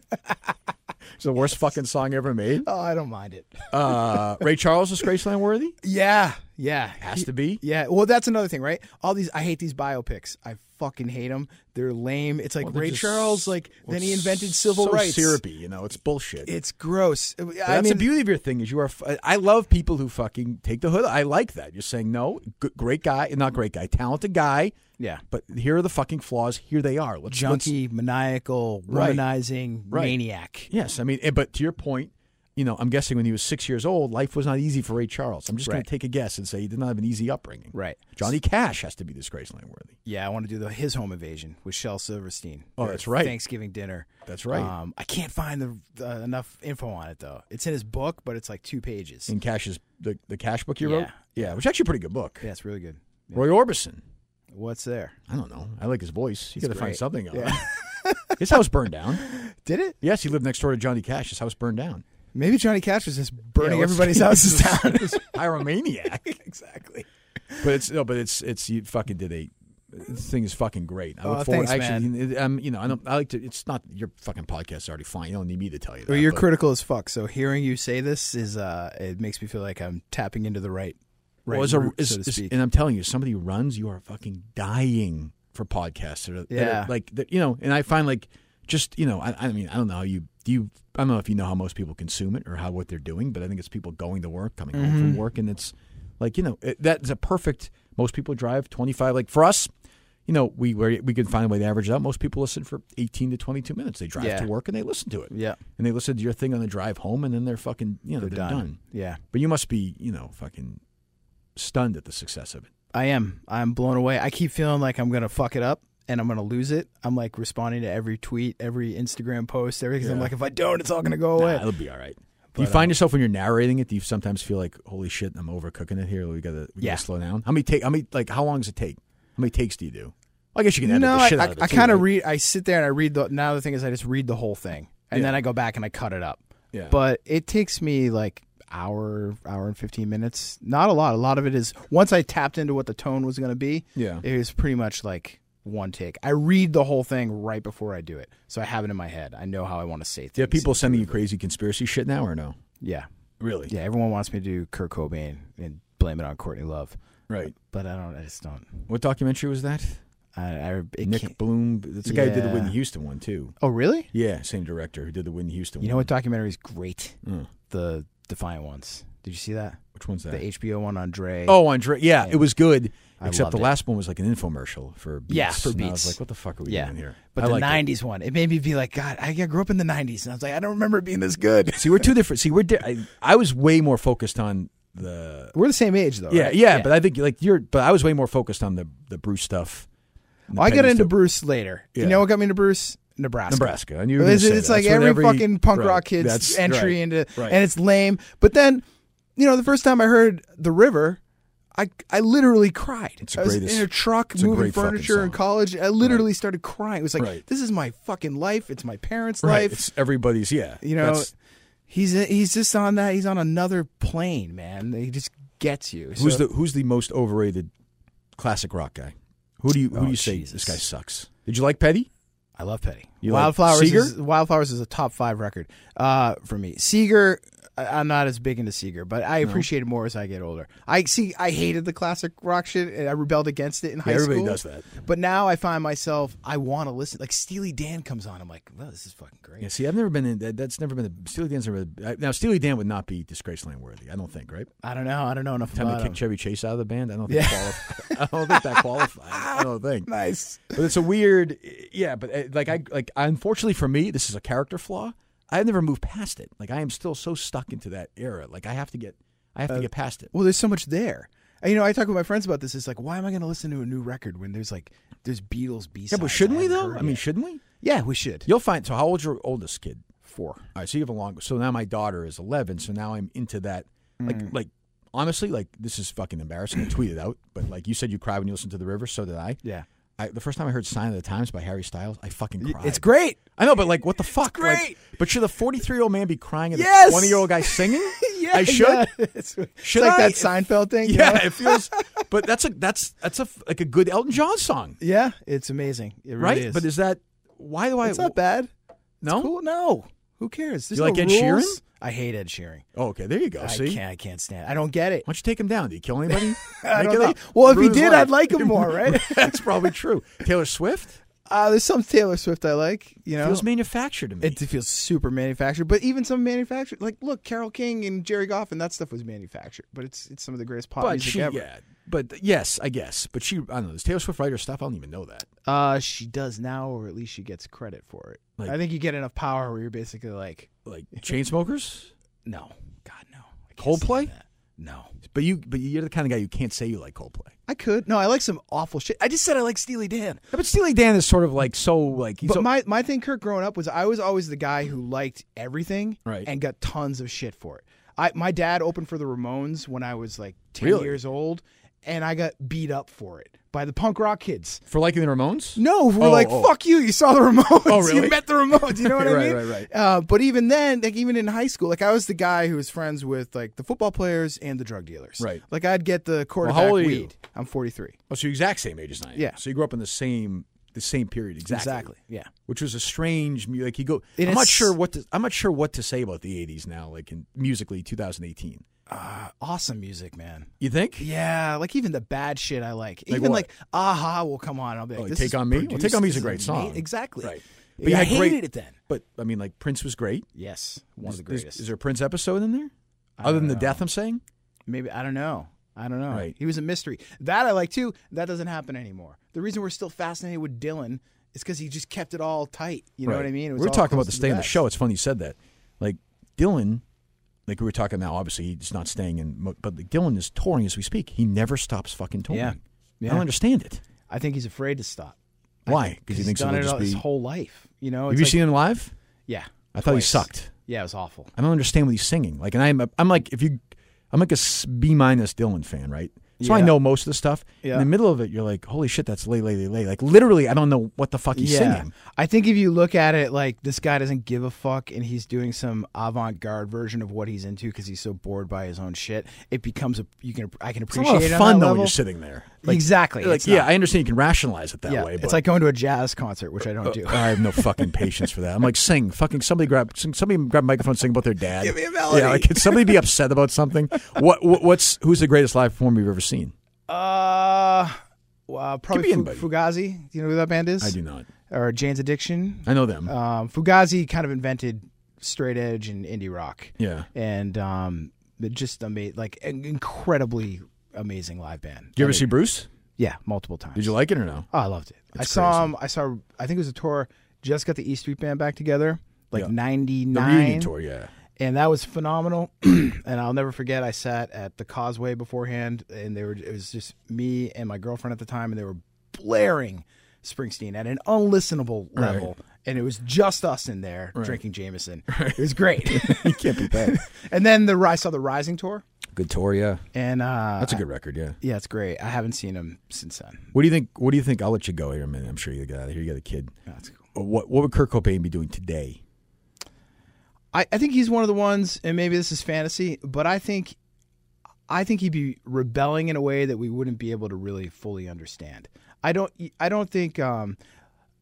[SPEAKER 2] It's the worst fucking song ever made.
[SPEAKER 3] Oh, I don't mind it.
[SPEAKER 2] Uh, Ray Charles is Graceland worthy.
[SPEAKER 3] Yeah, yeah,
[SPEAKER 2] Has to be.
[SPEAKER 3] yeah. Well, that's another thing, right? All these, I hate these biopics. I fucking hate them. They're lame. It's like
[SPEAKER 2] Well, they're
[SPEAKER 3] Ray
[SPEAKER 2] just-
[SPEAKER 3] Charles. Like
[SPEAKER 2] well,
[SPEAKER 3] then he
[SPEAKER 2] it's
[SPEAKER 3] invented civil
[SPEAKER 2] so
[SPEAKER 3] rights.
[SPEAKER 2] Syrupy, you know, it's bullshit.
[SPEAKER 3] It's gross.
[SPEAKER 2] But
[SPEAKER 3] I
[SPEAKER 2] that's
[SPEAKER 3] mean,
[SPEAKER 2] the beauty of your thing is you are. f- I love people who fucking take the hood. I like that. You're saying no, g- great guy, not great guy, talented guy,
[SPEAKER 3] yeah,
[SPEAKER 2] but here are the fucking flaws. Here they are. Let's let's-
[SPEAKER 3] junkie, maniacal,
[SPEAKER 2] Right.
[SPEAKER 3] womanizing
[SPEAKER 2] Right.
[SPEAKER 3] maniac.
[SPEAKER 2] Yes, I mean, eh, but to your point, you know, I'm guessing when he was six years old, life was not easy for Ray Charles. I'm just going
[SPEAKER 3] Right.
[SPEAKER 2] to take a guess and say he did not have an easy upbringing.
[SPEAKER 3] Right.
[SPEAKER 2] Johnny Cash has to be disgracefully unworthy.
[SPEAKER 3] Yeah, I want to do the his home invasion with Shel Silverstein.
[SPEAKER 2] Oh,
[SPEAKER 3] Their
[SPEAKER 2] that's right.
[SPEAKER 3] Thanksgiving dinner.
[SPEAKER 2] That's right.
[SPEAKER 3] Um, I can't find the, the enough info on it though. It's in his book, but it's like two pages.
[SPEAKER 2] In Cash's the the Cash book you
[SPEAKER 3] Yeah.
[SPEAKER 2] wrote, yeah, which is actually a pretty good book.
[SPEAKER 3] Yeah, it's really good.
[SPEAKER 2] Roy Orbison.
[SPEAKER 3] What's there?
[SPEAKER 2] I don't know. I like his voice. He's
[SPEAKER 3] He's
[SPEAKER 2] got to find
[SPEAKER 3] great.
[SPEAKER 2] something. on it. his house burned down.
[SPEAKER 3] Did it?
[SPEAKER 2] Yes, he lived next door to Johnny Cash. His house burned down.
[SPEAKER 3] Maybe Johnny Cash was just burning
[SPEAKER 2] Yeah, let's-
[SPEAKER 3] everybody's houses
[SPEAKER 2] he's a-
[SPEAKER 3] down.
[SPEAKER 2] he's a Pyromaniac. exactly. But it's no, but it's it's you fucking did a this thing is fucking great. I
[SPEAKER 3] Oh,
[SPEAKER 2] look forward
[SPEAKER 3] thanks,
[SPEAKER 2] actually um you know, I don't I like to it's not your fucking podcast is already fine. You don't need me to tell you that.
[SPEAKER 3] Well, you're
[SPEAKER 2] but-
[SPEAKER 3] critical as fuck. So hearing you say this is uh, it makes me feel like I'm tapping into the right, right
[SPEAKER 2] well, as a-
[SPEAKER 3] route,
[SPEAKER 2] as-
[SPEAKER 3] so to
[SPEAKER 2] as-
[SPEAKER 3] speak.
[SPEAKER 2] and I'm telling you, somebody who runs, you are fucking dying for podcasts. That are, that are,
[SPEAKER 3] Yeah.
[SPEAKER 2] like that, you know, and I find like just you know, I, I mean, I don't know how you do. You, I don't know if you know how most people consume it or how what they're doing, but I think it's people going to work, coming home
[SPEAKER 3] Mm-hmm.
[SPEAKER 2] from work, and it's like you know it, that's a perfect. Most people drive 25. Like for us, you know, we we we can find a way to average it out. Most people listen for 18 to 22 minutes. They drive
[SPEAKER 3] Yeah.
[SPEAKER 2] to work and they listen to it.
[SPEAKER 3] Yeah.
[SPEAKER 2] and they listen to your thing on the drive home, and then they're fucking you know they're, done.
[SPEAKER 3] Yeah,
[SPEAKER 2] But you must be, you know, fucking stunned at the success of it.
[SPEAKER 3] I am. I'm blown away. I keep feeling like I'm gonna fuck it up and I'm gonna lose it. I'm like responding to every tweet, every Instagram post, everything. I'm
[SPEAKER 2] Yeah.
[SPEAKER 3] like, if I don't, it's all gonna go uh, away.
[SPEAKER 2] Nah, it'll be all right. do you find yourself when you're narrating it? Do you sometimes feel like, holy shit, I'm overcooking it here? We gotta, we
[SPEAKER 3] Yeah.
[SPEAKER 2] gotta slow down. How many take? How many like? How long does it take? How many takes do you do? I guess you can edit
[SPEAKER 3] no,
[SPEAKER 2] the
[SPEAKER 3] I,
[SPEAKER 2] shit
[SPEAKER 3] I,
[SPEAKER 2] out of it.
[SPEAKER 3] I
[SPEAKER 2] too,
[SPEAKER 3] kind of
[SPEAKER 2] right?
[SPEAKER 3] read. I sit there and I read the. Now the thing is, I just read the whole thing and
[SPEAKER 2] Yeah.
[SPEAKER 3] then I go back and I cut it up.
[SPEAKER 2] Yeah.
[SPEAKER 3] But it takes me like hour, hour and fifteen minutes. Not a lot. A lot of it is once I tapped into what the tone was going to be.
[SPEAKER 2] Yeah.
[SPEAKER 3] It was pretty much like one take. I read the whole thing right before I do it, so I have it in my head. I know how I want to say things.
[SPEAKER 2] Do you have people sending you crazy conspiracy shit now or no?
[SPEAKER 3] Yeah.
[SPEAKER 2] Really?
[SPEAKER 3] Yeah. Everyone wants me to do Kurt Cobain and blame it on Courtney Love,
[SPEAKER 2] Right.
[SPEAKER 3] but I don't. I just don't.
[SPEAKER 2] What documentary was that?
[SPEAKER 3] I. I it
[SPEAKER 2] Nick
[SPEAKER 3] can't-
[SPEAKER 2] Bloom. That's the guy who did the
[SPEAKER 3] Yeah.
[SPEAKER 2] Whitney Houston one too.
[SPEAKER 3] Oh, really?
[SPEAKER 2] Yeah, same director who did the Whitney Houston.
[SPEAKER 3] You
[SPEAKER 2] one.
[SPEAKER 3] know what documentary is great?
[SPEAKER 2] Mm.
[SPEAKER 3] The Defiant Ones. Did you see that?
[SPEAKER 2] Which one's that?
[SPEAKER 3] The HBO one on Dre.
[SPEAKER 2] Oh, Andre. Yeah, it was good.
[SPEAKER 3] I
[SPEAKER 2] except
[SPEAKER 3] loved
[SPEAKER 2] the
[SPEAKER 3] it.
[SPEAKER 2] last one was like an infomercial for Beats.
[SPEAKER 3] Yeah, for
[SPEAKER 2] And I was
[SPEAKER 3] Beats.
[SPEAKER 2] like, what the fuck are we
[SPEAKER 3] yeah.
[SPEAKER 2] doing here?
[SPEAKER 3] But
[SPEAKER 2] I
[SPEAKER 3] the
[SPEAKER 2] liked it.
[SPEAKER 3] '90s one, it made me be like, God, I I grew up in the '90s, and I was like, I don't remember it being this good.
[SPEAKER 2] See, we're two different. See, we're. Di- I, I was way more focused on the.
[SPEAKER 3] We're the same age, though.
[SPEAKER 2] Yeah,
[SPEAKER 3] right?
[SPEAKER 2] yeah, But I think like you're. But I was way more focused on the the Bruce stuff. and the
[SPEAKER 3] Oh, I got
[SPEAKER 2] Penny
[SPEAKER 3] into
[SPEAKER 2] stuff.
[SPEAKER 3] Bruce later.
[SPEAKER 2] Yeah.
[SPEAKER 3] You know what got me into Bruce? Nebraska.
[SPEAKER 2] Nebraska. I knew you were
[SPEAKER 3] It's,
[SPEAKER 2] gonna say
[SPEAKER 3] it's
[SPEAKER 2] that.
[SPEAKER 3] like
[SPEAKER 2] That's what
[SPEAKER 3] every,
[SPEAKER 2] every-
[SPEAKER 3] fucking punk
[SPEAKER 2] right.
[SPEAKER 3] rock kid's
[SPEAKER 2] That's
[SPEAKER 3] entry
[SPEAKER 2] right.
[SPEAKER 3] into,
[SPEAKER 2] Right.
[SPEAKER 3] and it's lame. But then, you know, the first time I heard "The River," I I literally cried.
[SPEAKER 2] It's
[SPEAKER 3] I was
[SPEAKER 2] greatest-
[SPEAKER 3] in a truck
[SPEAKER 2] it's a
[SPEAKER 3] moving
[SPEAKER 2] great fucking
[SPEAKER 3] furniture in
[SPEAKER 2] song.
[SPEAKER 3] college. I literally started crying. It was like,
[SPEAKER 2] Right.
[SPEAKER 3] this is my fucking life. It's my parents'
[SPEAKER 2] Right,
[SPEAKER 3] life.
[SPEAKER 2] It's everybody's. Yeah.
[SPEAKER 3] You know,
[SPEAKER 2] That's-
[SPEAKER 3] he's he's just on that. He's on another plane, man. He just gets you.
[SPEAKER 2] who's
[SPEAKER 3] So-
[SPEAKER 2] the who's the most overrated classic rock guy? Who do you who do
[SPEAKER 3] Oh,
[SPEAKER 2] you say
[SPEAKER 3] Jesus.
[SPEAKER 2] this guy sucks? Did you like Petty?
[SPEAKER 3] I love Petty.
[SPEAKER 2] You like
[SPEAKER 3] Wildflowers
[SPEAKER 2] Seeger?
[SPEAKER 3] is Wildflowers is a top five record uh, for me. Seeger, I- I'm not as big into Seeger, but I appreciate it more as I get older. I see. I hated the classic rock shit, and I rebelled against it in high
[SPEAKER 2] everybody
[SPEAKER 3] school.
[SPEAKER 2] does that.
[SPEAKER 3] But now I find myself, I want to listen. Like Steely Dan comes on, I'm like, wow, this is fucking great.
[SPEAKER 2] Yeah. See, I've never been in that. That's never been a, Steely Dan's never. I- Now Steely Dan would not be disgracefully unworthy. I don't think. Right.
[SPEAKER 3] I don't know. I don't know enough
[SPEAKER 2] time
[SPEAKER 3] about
[SPEAKER 2] they
[SPEAKER 3] him.
[SPEAKER 2] kicked Chevy Chase out of the band. I don't think qualif- I don't think that qualifies. I don't think.
[SPEAKER 3] Nice.
[SPEAKER 2] But it's a weird, yeah. But uh, like I like unfortunately for me, this is a character flaw. I've never moved past it. Like I am still so stuck into that era. Like I have to get, I have to get past it.
[SPEAKER 3] Well, there's so much there. And, you know, I talk with my friends about this. It's like, why am I going to listen to a new record when there's like there's Beatles B sides?
[SPEAKER 2] Yeah, but shouldn't we though? I mean, shouldn't we?
[SPEAKER 3] yeah, we should.
[SPEAKER 2] You'll find. So how old's your oldest kid?
[SPEAKER 3] Four.
[SPEAKER 2] All right, so you have a long. So now my daughter is eleven. So now I'm into that. Like,
[SPEAKER 3] Mm.
[SPEAKER 2] like honestly, like this is fucking embarrassing. I tweeted out, but like you said, you cry when you listen to the river. So did I.
[SPEAKER 3] Yeah.
[SPEAKER 2] I the first time I heard "Sign of the Times" by Harry Styles, I fucking cried.
[SPEAKER 3] It's great.
[SPEAKER 2] I know, but like, what the fuck? Like,
[SPEAKER 3] great.
[SPEAKER 2] but should the 43 year old man be crying at
[SPEAKER 3] Yes.
[SPEAKER 2] a 20 year old guy singing?
[SPEAKER 3] Yeah,
[SPEAKER 2] I should.
[SPEAKER 3] yeah. It's,
[SPEAKER 2] Should
[SPEAKER 3] like
[SPEAKER 2] I?
[SPEAKER 3] that
[SPEAKER 2] If-
[SPEAKER 3] Seinfeld thing. you
[SPEAKER 2] Yeah,
[SPEAKER 3] know?
[SPEAKER 2] it feels. But that's a that's that's a f- like a good Elton John song,
[SPEAKER 3] yeah. It's amazing. It really
[SPEAKER 2] right?
[SPEAKER 3] is.
[SPEAKER 2] But is that why do I?
[SPEAKER 3] it's not bad.
[SPEAKER 2] No.
[SPEAKER 3] Cool. No. Who cares? There's
[SPEAKER 2] You like
[SPEAKER 3] no
[SPEAKER 2] Ed Sheeran?
[SPEAKER 3] rules. I hate Ed Sheeran.
[SPEAKER 2] Oh, okay, there you go.
[SPEAKER 3] I
[SPEAKER 2] See,
[SPEAKER 3] can't. I can't stand. it. I don't get it.
[SPEAKER 2] why don't you take him down? Did he kill anybody? Make
[SPEAKER 3] I don't
[SPEAKER 2] it
[SPEAKER 3] think-
[SPEAKER 2] up.
[SPEAKER 3] well, if he
[SPEAKER 2] Ruin his
[SPEAKER 3] did,
[SPEAKER 2] life.
[SPEAKER 3] I'd like him more, right?
[SPEAKER 2] that's probably true. Taylor Swift
[SPEAKER 3] Uh, there's some Taylor Swift I like. You know,
[SPEAKER 2] feels manufactured to me.
[SPEAKER 3] it feels super manufactured. But even some manufactured, like look, Carol King and Jerry Goff, and that stuff was manufactured. But it's it's some of the greatest pop
[SPEAKER 2] but
[SPEAKER 3] music
[SPEAKER 2] she,
[SPEAKER 3] ever.
[SPEAKER 2] yeah. But yes, I guess. But she, I don't know. Does Taylor Swift write her stuff? I don't even know that.
[SPEAKER 3] Uh, she does now, or at least she gets credit for it.
[SPEAKER 2] Like-
[SPEAKER 3] I think you get enough power where you're basically like,
[SPEAKER 2] Like Chainsmokers.
[SPEAKER 3] No, God, no. I can't
[SPEAKER 2] Coldplay?
[SPEAKER 3] stand that. No,
[SPEAKER 2] But you, but you're the kind of guy you can't say you like Coldplay.
[SPEAKER 3] I could. No, I like some awful shit. I just said I like Steely Dan.
[SPEAKER 2] Yeah, but Steely Dan is sort of like so like he's
[SPEAKER 3] But
[SPEAKER 2] so-
[SPEAKER 3] my, my thing, Kirk, growing up was I was always the guy who liked everything
[SPEAKER 2] Right.
[SPEAKER 3] and got tons of shit for it. I my dad opened for the Ramones when I was like ten
[SPEAKER 2] Really?
[SPEAKER 3] years old, and I got beat up for it by the punk rock kids.
[SPEAKER 2] for liking the Ramones.
[SPEAKER 3] No, who were
[SPEAKER 2] Oh,
[SPEAKER 3] like,
[SPEAKER 2] oh.
[SPEAKER 3] fuck you. You saw the Ramones.
[SPEAKER 2] Oh, really?
[SPEAKER 3] You met the Ramones. You know what
[SPEAKER 2] Right,
[SPEAKER 3] I mean?
[SPEAKER 2] right, right.
[SPEAKER 3] Uh, but even then, like even in high school, like I was the guy who was friends with like the football players and the drug dealers.
[SPEAKER 2] Right.
[SPEAKER 3] Like I'd get the quarterback
[SPEAKER 2] old are
[SPEAKER 3] weed.
[SPEAKER 2] you?
[SPEAKER 3] I'm 43.
[SPEAKER 2] Oh, so you're exact same age as I am.
[SPEAKER 3] Yeah.
[SPEAKER 2] So you grew up in the same the same period exactly.
[SPEAKER 3] Yeah.
[SPEAKER 2] Which was a strange mu- like you go.
[SPEAKER 3] It
[SPEAKER 2] I'm not
[SPEAKER 3] is-
[SPEAKER 2] sure what to, I'm not sure what to say about the 80s now like in musically 2018.
[SPEAKER 3] Uh, awesome music, man.
[SPEAKER 2] You think?
[SPEAKER 3] Yeah, like even the bad shit I like. even
[SPEAKER 2] what?
[SPEAKER 3] like Aha will come on. I'll be like,
[SPEAKER 2] Oh,
[SPEAKER 3] this
[SPEAKER 2] Take
[SPEAKER 3] is
[SPEAKER 2] On Me? Well,
[SPEAKER 3] produced,
[SPEAKER 2] Take On Me
[SPEAKER 3] this
[SPEAKER 2] is a great
[SPEAKER 3] ama-
[SPEAKER 2] song.
[SPEAKER 3] Exactly.
[SPEAKER 2] Right. But
[SPEAKER 3] But
[SPEAKER 2] you
[SPEAKER 3] I
[SPEAKER 2] had great-
[SPEAKER 3] hated it then.
[SPEAKER 2] But I mean like Prince was great.
[SPEAKER 3] Yes, one of the
[SPEAKER 2] Is-
[SPEAKER 3] greatest.
[SPEAKER 2] Is, there a Prince episode in there? Other than the death I'm saying?
[SPEAKER 3] Maybe I don't know. I don't know.
[SPEAKER 2] Right.
[SPEAKER 3] He was a mystery. That I like too. That doesn't happen anymore. The reason we're still fascinated with Dylan is because he just kept it all tight. You know what I mean? It was
[SPEAKER 2] we were
[SPEAKER 3] all
[SPEAKER 2] talking about
[SPEAKER 3] close
[SPEAKER 2] this
[SPEAKER 3] to
[SPEAKER 2] day on the
[SPEAKER 3] vest.
[SPEAKER 2] show. It's funny you said that. Like Dylan, like we were talking now. Obviously, he's not staying in, mo- but like, Dylan is touring as we speak. He never stops fucking touring.
[SPEAKER 3] Yeah.
[SPEAKER 2] I don't
[SPEAKER 3] Yeah.
[SPEAKER 2] understand it.
[SPEAKER 3] I think he's afraid to stop. I
[SPEAKER 2] Why?
[SPEAKER 3] think-
[SPEAKER 2] 'Cause he
[SPEAKER 3] he's
[SPEAKER 2] thinks
[SPEAKER 3] done
[SPEAKER 2] it'll
[SPEAKER 3] it
[SPEAKER 2] just
[SPEAKER 3] all his
[SPEAKER 2] be-
[SPEAKER 3] whole life. You know?
[SPEAKER 2] Have
[SPEAKER 3] It's
[SPEAKER 2] you
[SPEAKER 3] like-
[SPEAKER 2] seen him live?
[SPEAKER 3] Yeah.
[SPEAKER 2] I thought he
[SPEAKER 3] twice.
[SPEAKER 2] sucked.
[SPEAKER 3] Yeah, it was awful.
[SPEAKER 2] I don't understand what he's singing. Like, and I'm I'm like if you, I'm like a s- B minus Dylan fan, right? So I
[SPEAKER 3] Yeah.
[SPEAKER 2] know most of the stuff.
[SPEAKER 3] Yeah.
[SPEAKER 2] In the middle of it, you're like, holy shit, that's lay lay lay lay. Like literally, I don't know what the fuck he's singing.
[SPEAKER 3] I think if you look at it like this guy doesn't give a fuck and he's doing some avant-garde version of what he's into because he's so bored by his own shit, it becomes a you can I can
[SPEAKER 2] It's a
[SPEAKER 3] appreciate
[SPEAKER 2] lot of
[SPEAKER 3] it on
[SPEAKER 2] fun though
[SPEAKER 3] that
[SPEAKER 2] when
[SPEAKER 3] level.
[SPEAKER 2] you're sitting there.
[SPEAKER 3] exactly.
[SPEAKER 2] Like,
[SPEAKER 3] It's
[SPEAKER 2] yeah,
[SPEAKER 3] not-
[SPEAKER 2] I understand you can rationalize it that
[SPEAKER 3] yeah,
[SPEAKER 2] way. But
[SPEAKER 3] it's like going to a jazz concert, which I don't do.
[SPEAKER 2] I have no fucking patience for that. I'm like, sing, fucking somebody grab, sing, somebody grab a microphone, sing about their dad.
[SPEAKER 3] Give me a melody.
[SPEAKER 2] Yeah, like, can somebody be upset about something? What, what, what's, who's the greatest live performer you've ever seen?
[SPEAKER 3] Uh, well, probably
[SPEAKER 2] be
[SPEAKER 3] Fu-
[SPEAKER 2] anybody.
[SPEAKER 3] Fugazi. Do you know who that band is?
[SPEAKER 2] I do not.
[SPEAKER 3] Or Jane's Addiction.
[SPEAKER 2] I know them.
[SPEAKER 3] Um, Fugazi kind of invented straight edge and indie rock.
[SPEAKER 2] yeah.
[SPEAKER 3] and um, it just amazing, like an incredibly amazing live band.
[SPEAKER 2] Do you ever
[SPEAKER 3] I
[SPEAKER 2] see
[SPEAKER 3] mean,
[SPEAKER 2] Bruce?
[SPEAKER 3] Yeah, multiple times.
[SPEAKER 2] Did you like it or no?
[SPEAKER 3] Oh, I loved it. I saw him. I saw. I think it was a tour. Just got the E Street Band back together, like
[SPEAKER 2] Yeah. The reunion
[SPEAKER 3] '99,
[SPEAKER 2] tour, yeah.
[SPEAKER 3] and that was phenomenal. and I'll never forget. I sat at the Causeway beforehand, and they were. It was just me and my girlfriend at the time, and they were blaring Springsteen at an unlistenable level. And it was just us in there drinking Jameson. It was great.
[SPEAKER 2] You can't beat that.
[SPEAKER 3] and then the I saw the Rising tour,
[SPEAKER 2] Good tour, yeah.
[SPEAKER 3] and uh,
[SPEAKER 2] That's a good record, yeah.
[SPEAKER 3] yeah, it's great. I haven't seen him since then.
[SPEAKER 2] What do you think? What do you think? I'll let you go here a minute. I'm sure you got out of here. You got a kid.
[SPEAKER 3] That's cool.
[SPEAKER 2] What What would Kurt Cobain be doing today?
[SPEAKER 3] I, I think he's one of the ones, and maybe this is fantasy, but I think, I think he'd be rebelling in a way that we wouldn't be able to really fully understand. I don't, I don't think, um,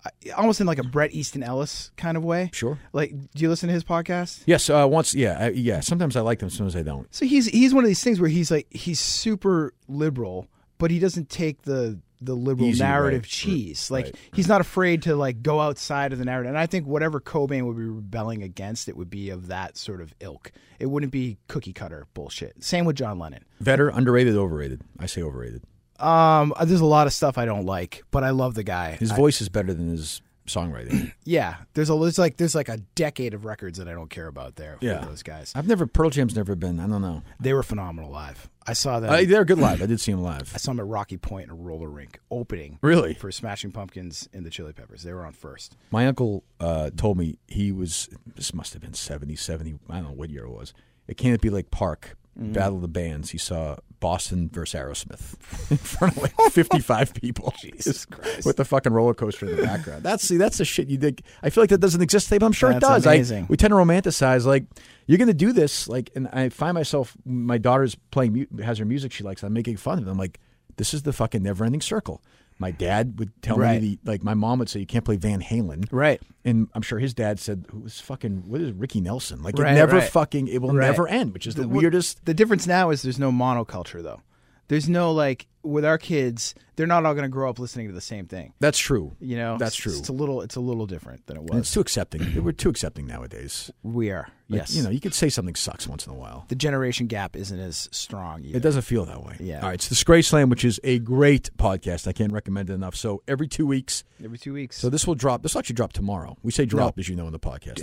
[SPEAKER 3] I- almost in like a Brett Easton Ellis kind of way.
[SPEAKER 2] Sure.
[SPEAKER 3] Like, do you listen to his podcast?
[SPEAKER 2] Yes. Uh, once, yeah, I, yeah. Sometimes I like them. Sometimes I don't.
[SPEAKER 3] So he's he's one of these things where he's like he's super liberal, but he doesn't take the the liberal
[SPEAKER 2] Easy,
[SPEAKER 3] narrative
[SPEAKER 2] right,
[SPEAKER 3] cheese.
[SPEAKER 2] right,
[SPEAKER 3] Like
[SPEAKER 2] right.
[SPEAKER 3] he's not afraid to like go outside of the narrative. And I think whatever Cobain would be rebelling against, it would be of that sort of ilk. It wouldn't be cookie cutter bullshit. Same with John Lennon.
[SPEAKER 2] Vetter, underrated, overrated. I say overrated.
[SPEAKER 3] Um, there's a lot of stuff I don't like, but I love the guy.
[SPEAKER 2] His voice is better than his songwriting.
[SPEAKER 3] yeah, there's a there's like there's like a decade of records that I don't care about there.
[SPEAKER 2] Yeah.
[SPEAKER 3] for those guys.
[SPEAKER 2] I've never Pearl Jam's never been. I don't know.
[SPEAKER 3] They were phenomenal live. I saw them.
[SPEAKER 2] Uh,
[SPEAKER 3] I,
[SPEAKER 2] they're good live. I did see them live.
[SPEAKER 3] saw them at Rocky Point in a roller rink opening.
[SPEAKER 2] Really,
[SPEAKER 3] for Smashing Pumpkins and the Chili Peppers. They were on first.
[SPEAKER 2] my uncle uh, told me he was. This must have been 70, 70, I don't know what year it was. It can't be like Park
[SPEAKER 3] Mm-hmm.
[SPEAKER 2] Battle of the Bands. He saw Boston versus Aerosmith in front of like fifty-five people. Jesus
[SPEAKER 3] Christ.
[SPEAKER 2] With the fucking roller coaster in the background. That's see, that's the shit you dig. I feel like that doesn't exist today, but I'm sure it
[SPEAKER 3] That's
[SPEAKER 2] does. I,
[SPEAKER 3] amazing.
[SPEAKER 2] we tend to romanticize like you're going to do this like and i find myself my daughter's playing mu- has her music she likes i'm making fun of it i'm like this is the fucking never ending circle my dad would tell
[SPEAKER 3] Right.
[SPEAKER 2] me the, like my mom would say you can't play van halen
[SPEAKER 3] Right.
[SPEAKER 2] and i'm sure his dad said who was fucking what is ricky nelson like it
[SPEAKER 3] Right,
[SPEAKER 2] never
[SPEAKER 3] right.
[SPEAKER 2] fucking it will
[SPEAKER 3] Right.
[SPEAKER 2] never end which is the, weirdest
[SPEAKER 3] The difference now is there's no monoculture though. There's no like with our kids, they're not all going to grow up listening to the same thing.
[SPEAKER 2] that's true
[SPEAKER 3] You know,
[SPEAKER 2] That's
[SPEAKER 3] It's-
[SPEAKER 2] true.
[SPEAKER 3] It's a little, it's a little different than it
[SPEAKER 2] And it's
[SPEAKER 3] was.
[SPEAKER 2] too accepting we're too accepting nowadays
[SPEAKER 3] We are,
[SPEAKER 2] Like,
[SPEAKER 3] yes.
[SPEAKER 2] you know you could say something sucks once in a while
[SPEAKER 3] the generation gap isn't as strong.
[SPEAKER 2] It
[SPEAKER 3] Either.
[SPEAKER 2] doesn't feel that way.
[SPEAKER 3] Yeah.
[SPEAKER 2] All right. It's Disgrace Slam, which is a great podcast. I can't recommend it enough. So every two weeks,
[SPEAKER 3] Every two weeks,
[SPEAKER 2] So this will drop. This will actually drop tomorrow. We say drop, as you know, in the podcast.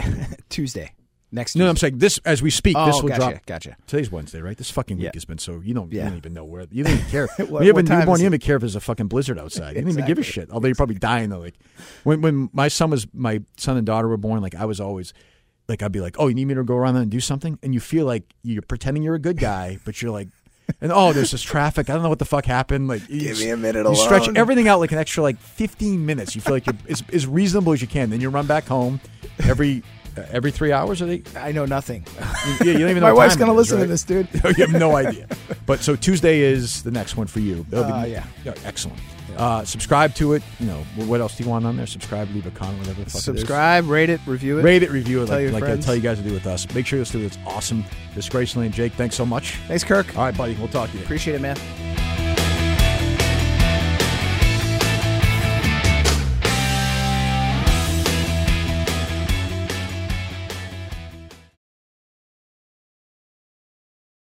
[SPEAKER 3] Tuesday. next.
[SPEAKER 2] No,
[SPEAKER 3] Tuesday.
[SPEAKER 2] I'm saying this as we speak.
[SPEAKER 3] Oh,
[SPEAKER 2] this will
[SPEAKER 3] gotcha,
[SPEAKER 2] drop.
[SPEAKER 3] Gotcha.
[SPEAKER 2] Today's Wednesday, right? This fucking week
[SPEAKER 3] Yeah.
[SPEAKER 2] has been so you don't
[SPEAKER 3] Yeah.
[SPEAKER 2] you don't even know where you don't even care.
[SPEAKER 3] What-
[SPEAKER 2] you have a
[SPEAKER 3] what time
[SPEAKER 2] newborn,
[SPEAKER 3] is
[SPEAKER 2] you
[SPEAKER 3] it?
[SPEAKER 2] don't even care if there's a fucking blizzard outside. You don't even give a
[SPEAKER 3] Exactly.
[SPEAKER 2] shit. Although you're probably dying though. Like when when my son was my son and daughter were born, like I was always like I'd be like, oh, you need me to go around there and do something, and you feel like you're pretending you're a good guy, but you're like. And oh, there's this traffic. I don't know what the fuck happened. Like, you
[SPEAKER 3] Give me
[SPEAKER 2] s-
[SPEAKER 3] a minute
[SPEAKER 2] You stretch
[SPEAKER 3] alone.
[SPEAKER 2] everything out like an extra like 15 minutes. You feel like you're as, as reasonable as you can. Then you run back home every uh, every three hours. Are they?
[SPEAKER 3] I know nothing.
[SPEAKER 2] You, you don't even know
[SPEAKER 3] My
[SPEAKER 2] what
[SPEAKER 3] wife's
[SPEAKER 2] time
[SPEAKER 3] gonna
[SPEAKER 2] it is,
[SPEAKER 3] listen
[SPEAKER 2] right?
[SPEAKER 3] to this, dude.
[SPEAKER 2] you have no idea. But so Tuesday is the next one for you. That'll
[SPEAKER 3] Uh, yeah.
[SPEAKER 2] excellent. Uh, subscribe to it. You know wh- what else do you want on there? Subscribe, leave a comment, whatever the fuck. it is.
[SPEAKER 3] Subscribe, rate it, review it.
[SPEAKER 2] rate it, review it.
[SPEAKER 3] Tell
[SPEAKER 2] like
[SPEAKER 3] your
[SPEAKER 2] like I
[SPEAKER 3] friends.
[SPEAKER 2] tell you guys to do with us. Make sure you'll do it. It's awesome. This is Grace Lane, Jake. Thanks so much.
[SPEAKER 3] Thanks, Kirk.
[SPEAKER 2] All right, buddy. We'll talk to you.
[SPEAKER 3] Appreciate it, man.